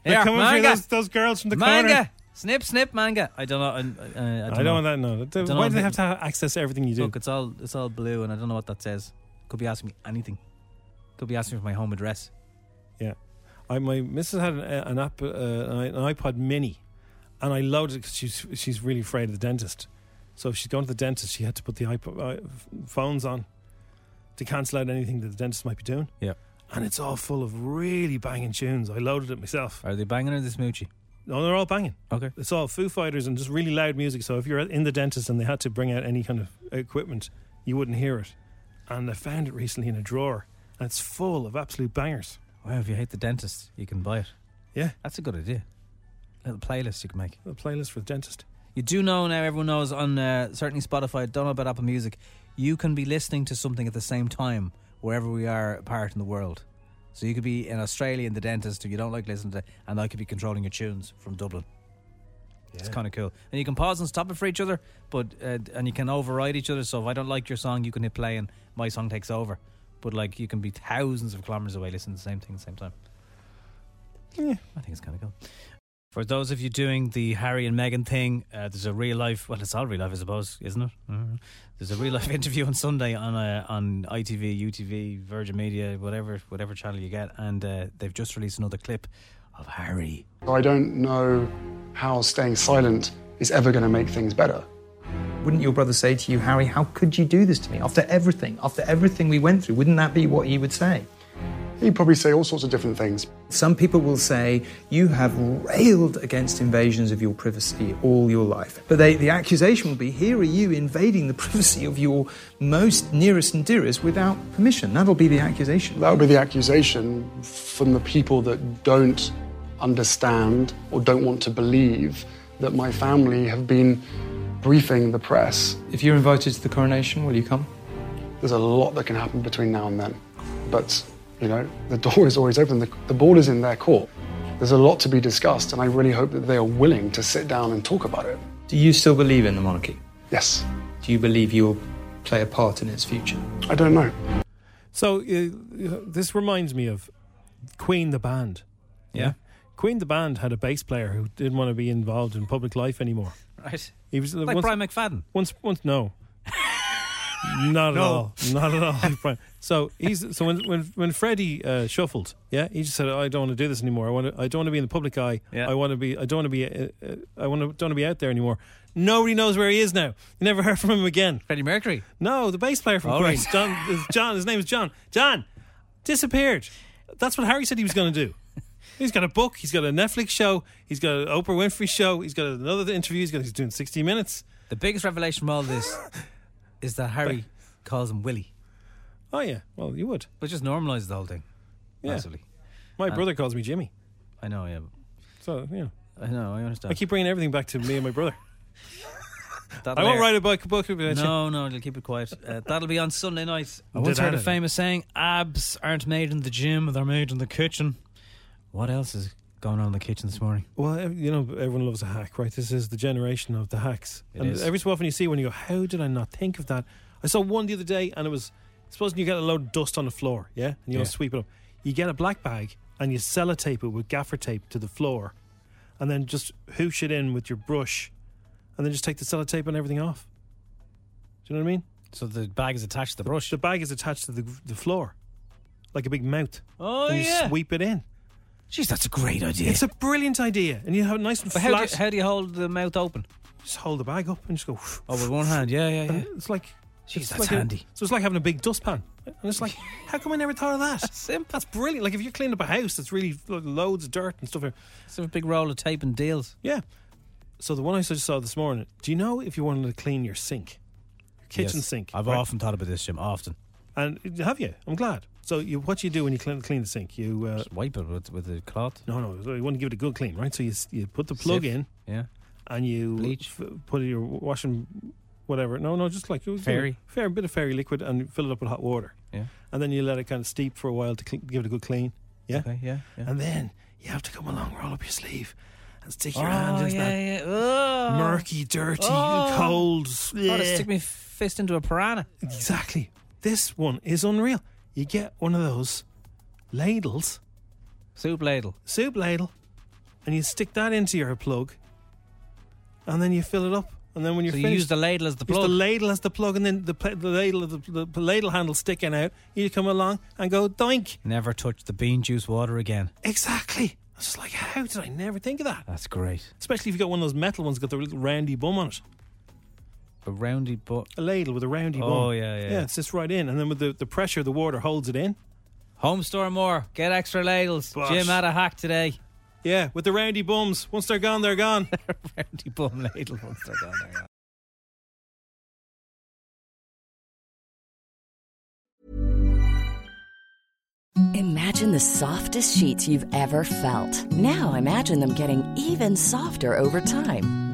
Speaker 2: Here,
Speaker 1: coming for
Speaker 2: manga.
Speaker 1: those, those girls from the
Speaker 2: manga.
Speaker 1: corner.
Speaker 2: Snip, snip, manga. I don't know. I, I, I
Speaker 1: I
Speaker 2: don't,
Speaker 1: don't
Speaker 2: know.
Speaker 1: want that. No.
Speaker 2: I don't
Speaker 1: Why
Speaker 2: know
Speaker 1: do they
Speaker 2: if
Speaker 1: have
Speaker 2: it-
Speaker 1: to ha- access everything you do?
Speaker 2: Look, it's all it's all blue, and I don't know what that says. Could be asking me anything. Could be asking for my home address.
Speaker 1: Yeah, I, my missus had an, an app, uh, an iPod Mini, and I loaded it because she's she's really afraid of the dentist. So if she's going to the dentist, she had to put the iPod uh, phones on to cancel out anything that the dentist might be doing.
Speaker 2: Yeah.
Speaker 1: And it's all full of really banging tunes. I loaded it myself.
Speaker 2: Are they banging or the smoochie?
Speaker 1: No, they're all banging.
Speaker 2: Okay.
Speaker 1: It's all Foo Fighters and just really loud music. So if you're in the dentist and they had to bring out any kind of equipment, you wouldn't hear it. And I found it recently in a drawer, and it's full of absolute bangers.
Speaker 2: Well, if you hate the dentist, you can buy it.
Speaker 1: Yeah.
Speaker 2: That's a good idea. Little playlist you can make.
Speaker 1: A playlist for the dentist.
Speaker 2: You do know now, everyone knows on uh, certainly Spotify, don't know about Apple Music, you can be listening to something at the same time wherever we are apart in the world. So you could be in Australia in the dentist who you don't like listening to, and I could be controlling your tunes from Dublin. It's
Speaker 1: Yeah.
Speaker 2: kind of cool. And you can pause and stop it for each other, but uh, and you can override each other. So if I don't like your song, you can hit play and my song takes over. But like you can be thousands of kilometers away listening to the same thing at the same time.
Speaker 1: Yeah.
Speaker 2: I think it's kind of cool. For those of you doing the Harry and Meghan thing, uh, there's a real life. Well, it's all real life, I suppose, isn't it? Mhm. There's a real life interview on Sunday on uh, on ITV, UTV, Virgin Media, whatever whatever channel you get, and uh, they've just released another clip of Harry.
Speaker 13: I don't know how staying silent is ever going to make things better.
Speaker 14: Wouldn't your brother say to you, Harry, how could you do this to me? After everything, after everything we went through, wouldn't that be what he would say?
Speaker 13: He'd probably say all sorts of different things.
Speaker 14: Some people will say you have railed against invasions of your privacy all your life. But they, the accusation will be here are you invading the privacy of your most nearest and dearest without permission. That'll be the accusation.
Speaker 13: That would be the accusation from the people that don't understand or don't want to believe that my family have been briefing the press.
Speaker 14: If you're invited to the coronation, will you come?
Speaker 13: There's a lot that can happen between now and then. But, you know, the door is always open, the, the ball is in their court. There's a lot to be discussed, and I really hope that they are willing to sit down and talk about it.
Speaker 14: Do you still believe in the monarchy?
Speaker 13: Yes.
Speaker 14: Do you believe you'll play a part in its future?
Speaker 13: I don't know.
Speaker 1: So uh, this reminds me of Queen the band.
Speaker 2: Yeah.
Speaker 1: Queen the band had a bass player who didn't want to be involved in public life anymore.
Speaker 2: Right.
Speaker 1: He was
Speaker 2: Like
Speaker 1: once,
Speaker 2: Brian McFadden.
Speaker 1: Once, once, no. Not at
Speaker 2: No.
Speaker 1: all. Not at all. like Brian. So he's so when when when Freddie uh, shuffled, yeah, he just said, "I don't want to do this anymore. I want to. I don't want to be in the public eye.
Speaker 2: Yeah.
Speaker 1: I want to be. I don't want to be. Uh, uh, I want to. Don't want to be out there anymore." Nobody knows where he is now. You never heard from him again.
Speaker 2: Freddie Mercury.
Speaker 1: No, the bass player from
Speaker 2: All
Speaker 1: Queen.
Speaker 2: right.
Speaker 1: John, is John. His name is John. John disappeared. That's what Harry said he was going to do. He's got a book. He's got a Netflix show. He's got an Oprah Winfrey show. He's got another interview. He's got. He's doing sixty minutes.
Speaker 2: The biggest revelation from all this is that Harry calls him Willie.
Speaker 1: Oh yeah. Well, you would.
Speaker 2: But just normalised the whole thing.
Speaker 1: Yeah.
Speaker 2: Massively.
Speaker 1: My
Speaker 2: Uh,
Speaker 1: brother calls me Jimmy.
Speaker 2: I know, yeah.
Speaker 1: So yeah,
Speaker 2: I know, I understand.
Speaker 1: I keep bringing everything back to me and my brother.
Speaker 2: That
Speaker 1: I won't
Speaker 2: lyric-
Speaker 1: write a book. book about you.
Speaker 2: No, no, you'll keep it quiet. Uh, that'll be on Sunday night. I once
Speaker 1: Did
Speaker 2: heard a
Speaker 1: that.
Speaker 2: famous saying: "Abs aren't made in the gym; they're made in the kitchen." What else is going on in the kitchen this morning?
Speaker 1: Well, ev- you know, everyone loves a hack, right? This is the generation of the hacks.
Speaker 2: It
Speaker 1: and
Speaker 2: is.
Speaker 1: every so often you see one, you go, "How did I not think of that?" I saw one the other day, and it was supposing you get a load of dust on the floor, yeah, and you
Speaker 2: Yeah.
Speaker 1: don't sweep it up. You get a black bag and you sellotape it with gaffer tape to the floor, and then just hoosh it in with your brush, and then just take the sellotape and everything off. Do you know what I mean?
Speaker 2: So the bag is attached to the brush.
Speaker 1: The bag is attached to the, the floor, like a big mouth.
Speaker 2: Oh,
Speaker 1: and you
Speaker 2: yeah.
Speaker 1: sweep it in.
Speaker 2: Jeez, that's a great idea.
Speaker 1: It's a brilliant idea, and you have it nice and
Speaker 2: But
Speaker 1: flat.
Speaker 2: how do, you, how do you hold the mouth open?
Speaker 1: just hold the bag up and just go.
Speaker 2: Oh, with one hand. Yeah, yeah, yeah.
Speaker 1: And it's like,
Speaker 2: Jeez,
Speaker 1: it's
Speaker 2: that's
Speaker 1: like a-
Speaker 2: handy.
Speaker 1: so it's like having a big dustpan, and it's like, how come I never thought of that? That's, brilliant. Like if you're cleaning up a house that's really like, loads of dirt and stuff. here-
Speaker 2: It's a big roll of tape and deals.
Speaker 1: Yeah. So the one I just saw this morning. Do you know if you wanted to clean your sink, your kitchen
Speaker 2: Yes.
Speaker 1: sink?
Speaker 2: I've
Speaker 1: right?
Speaker 2: often thought about this, Jim. Often.
Speaker 1: and have you? I'm glad. So you, what you do when you clean, clean the sink? You uh,
Speaker 2: Just wipe it with, with a cloth.
Speaker 1: no, no, you want to give it a good clean, right? So you s- you put the plug
Speaker 2: Sieve.
Speaker 1: in.
Speaker 2: Yeah.
Speaker 1: and you
Speaker 2: Bleach.
Speaker 1: f- put your washing whatever. No, no, just like you
Speaker 2: Fairy.
Speaker 1: fair bit of fairy liquid, and fill it up with hot water.
Speaker 2: Yeah.
Speaker 1: and then you let it kind of steep for a while to cl- give it a good clean. Yeah,
Speaker 2: Okay, yeah. yeah.
Speaker 1: and then you have to come along, roll up your sleeve, and stick
Speaker 2: oh,
Speaker 1: your hand into
Speaker 2: yeah,
Speaker 1: that
Speaker 2: yeah. Oh.
Speaker 1: murky, dirty,
Speaker 2: Oh.
Speaker 1: cold.
Speaker 2: Oh, to
Speaker 1: bleh.
Speaker 2: stick my fist into a piranha.
Speaker 1: Exactly. This one is unreal. You get one of those ladles,
Speaker 2: Soup ladle.
Speaker 1: soup ladle, and you stick that into your plug, and then you fill it up. And then when you're
Speaker 2: so you
Speaker 1: finished,
Speaker 2: use the ladle as the
Speaker 1: Use
Speaker 2: plug.
Speaker 1: the ladle as the plug, and then the, pla- the ladle the, the, the ladle handle sticking out. You come along and go doink.
Speaker 2: Never touch the bean juice water again.
Speaker 1: Exactly. I was just like, how did I never think of that?
Speaker 2: That's great.
Speaker 1: Especially if you got one of those metal ones, got the little roundy bum on it.
Speaker 2: A roundy butt.
Speaker 1: A ladle with a roundy bum.
Speaker 2: Oh, yeah, yeah.
Speaker 1: Yeah, it sits right in, and then with the, the pressure, the water holds it in.
Speaker 2: Home store more. Get extra ladles.
Speaker 1: Bosh.
Speaker 2: Jim had a hack today.
Speaker 1: Yeah, with the roundy bums. Once they're gone, they're gone.
Speaker 2: roundy bum ladle once they're gone there.
Speaker 15: Imagine the softest sheets you've ever felt. Now imagine them getting even softer over time.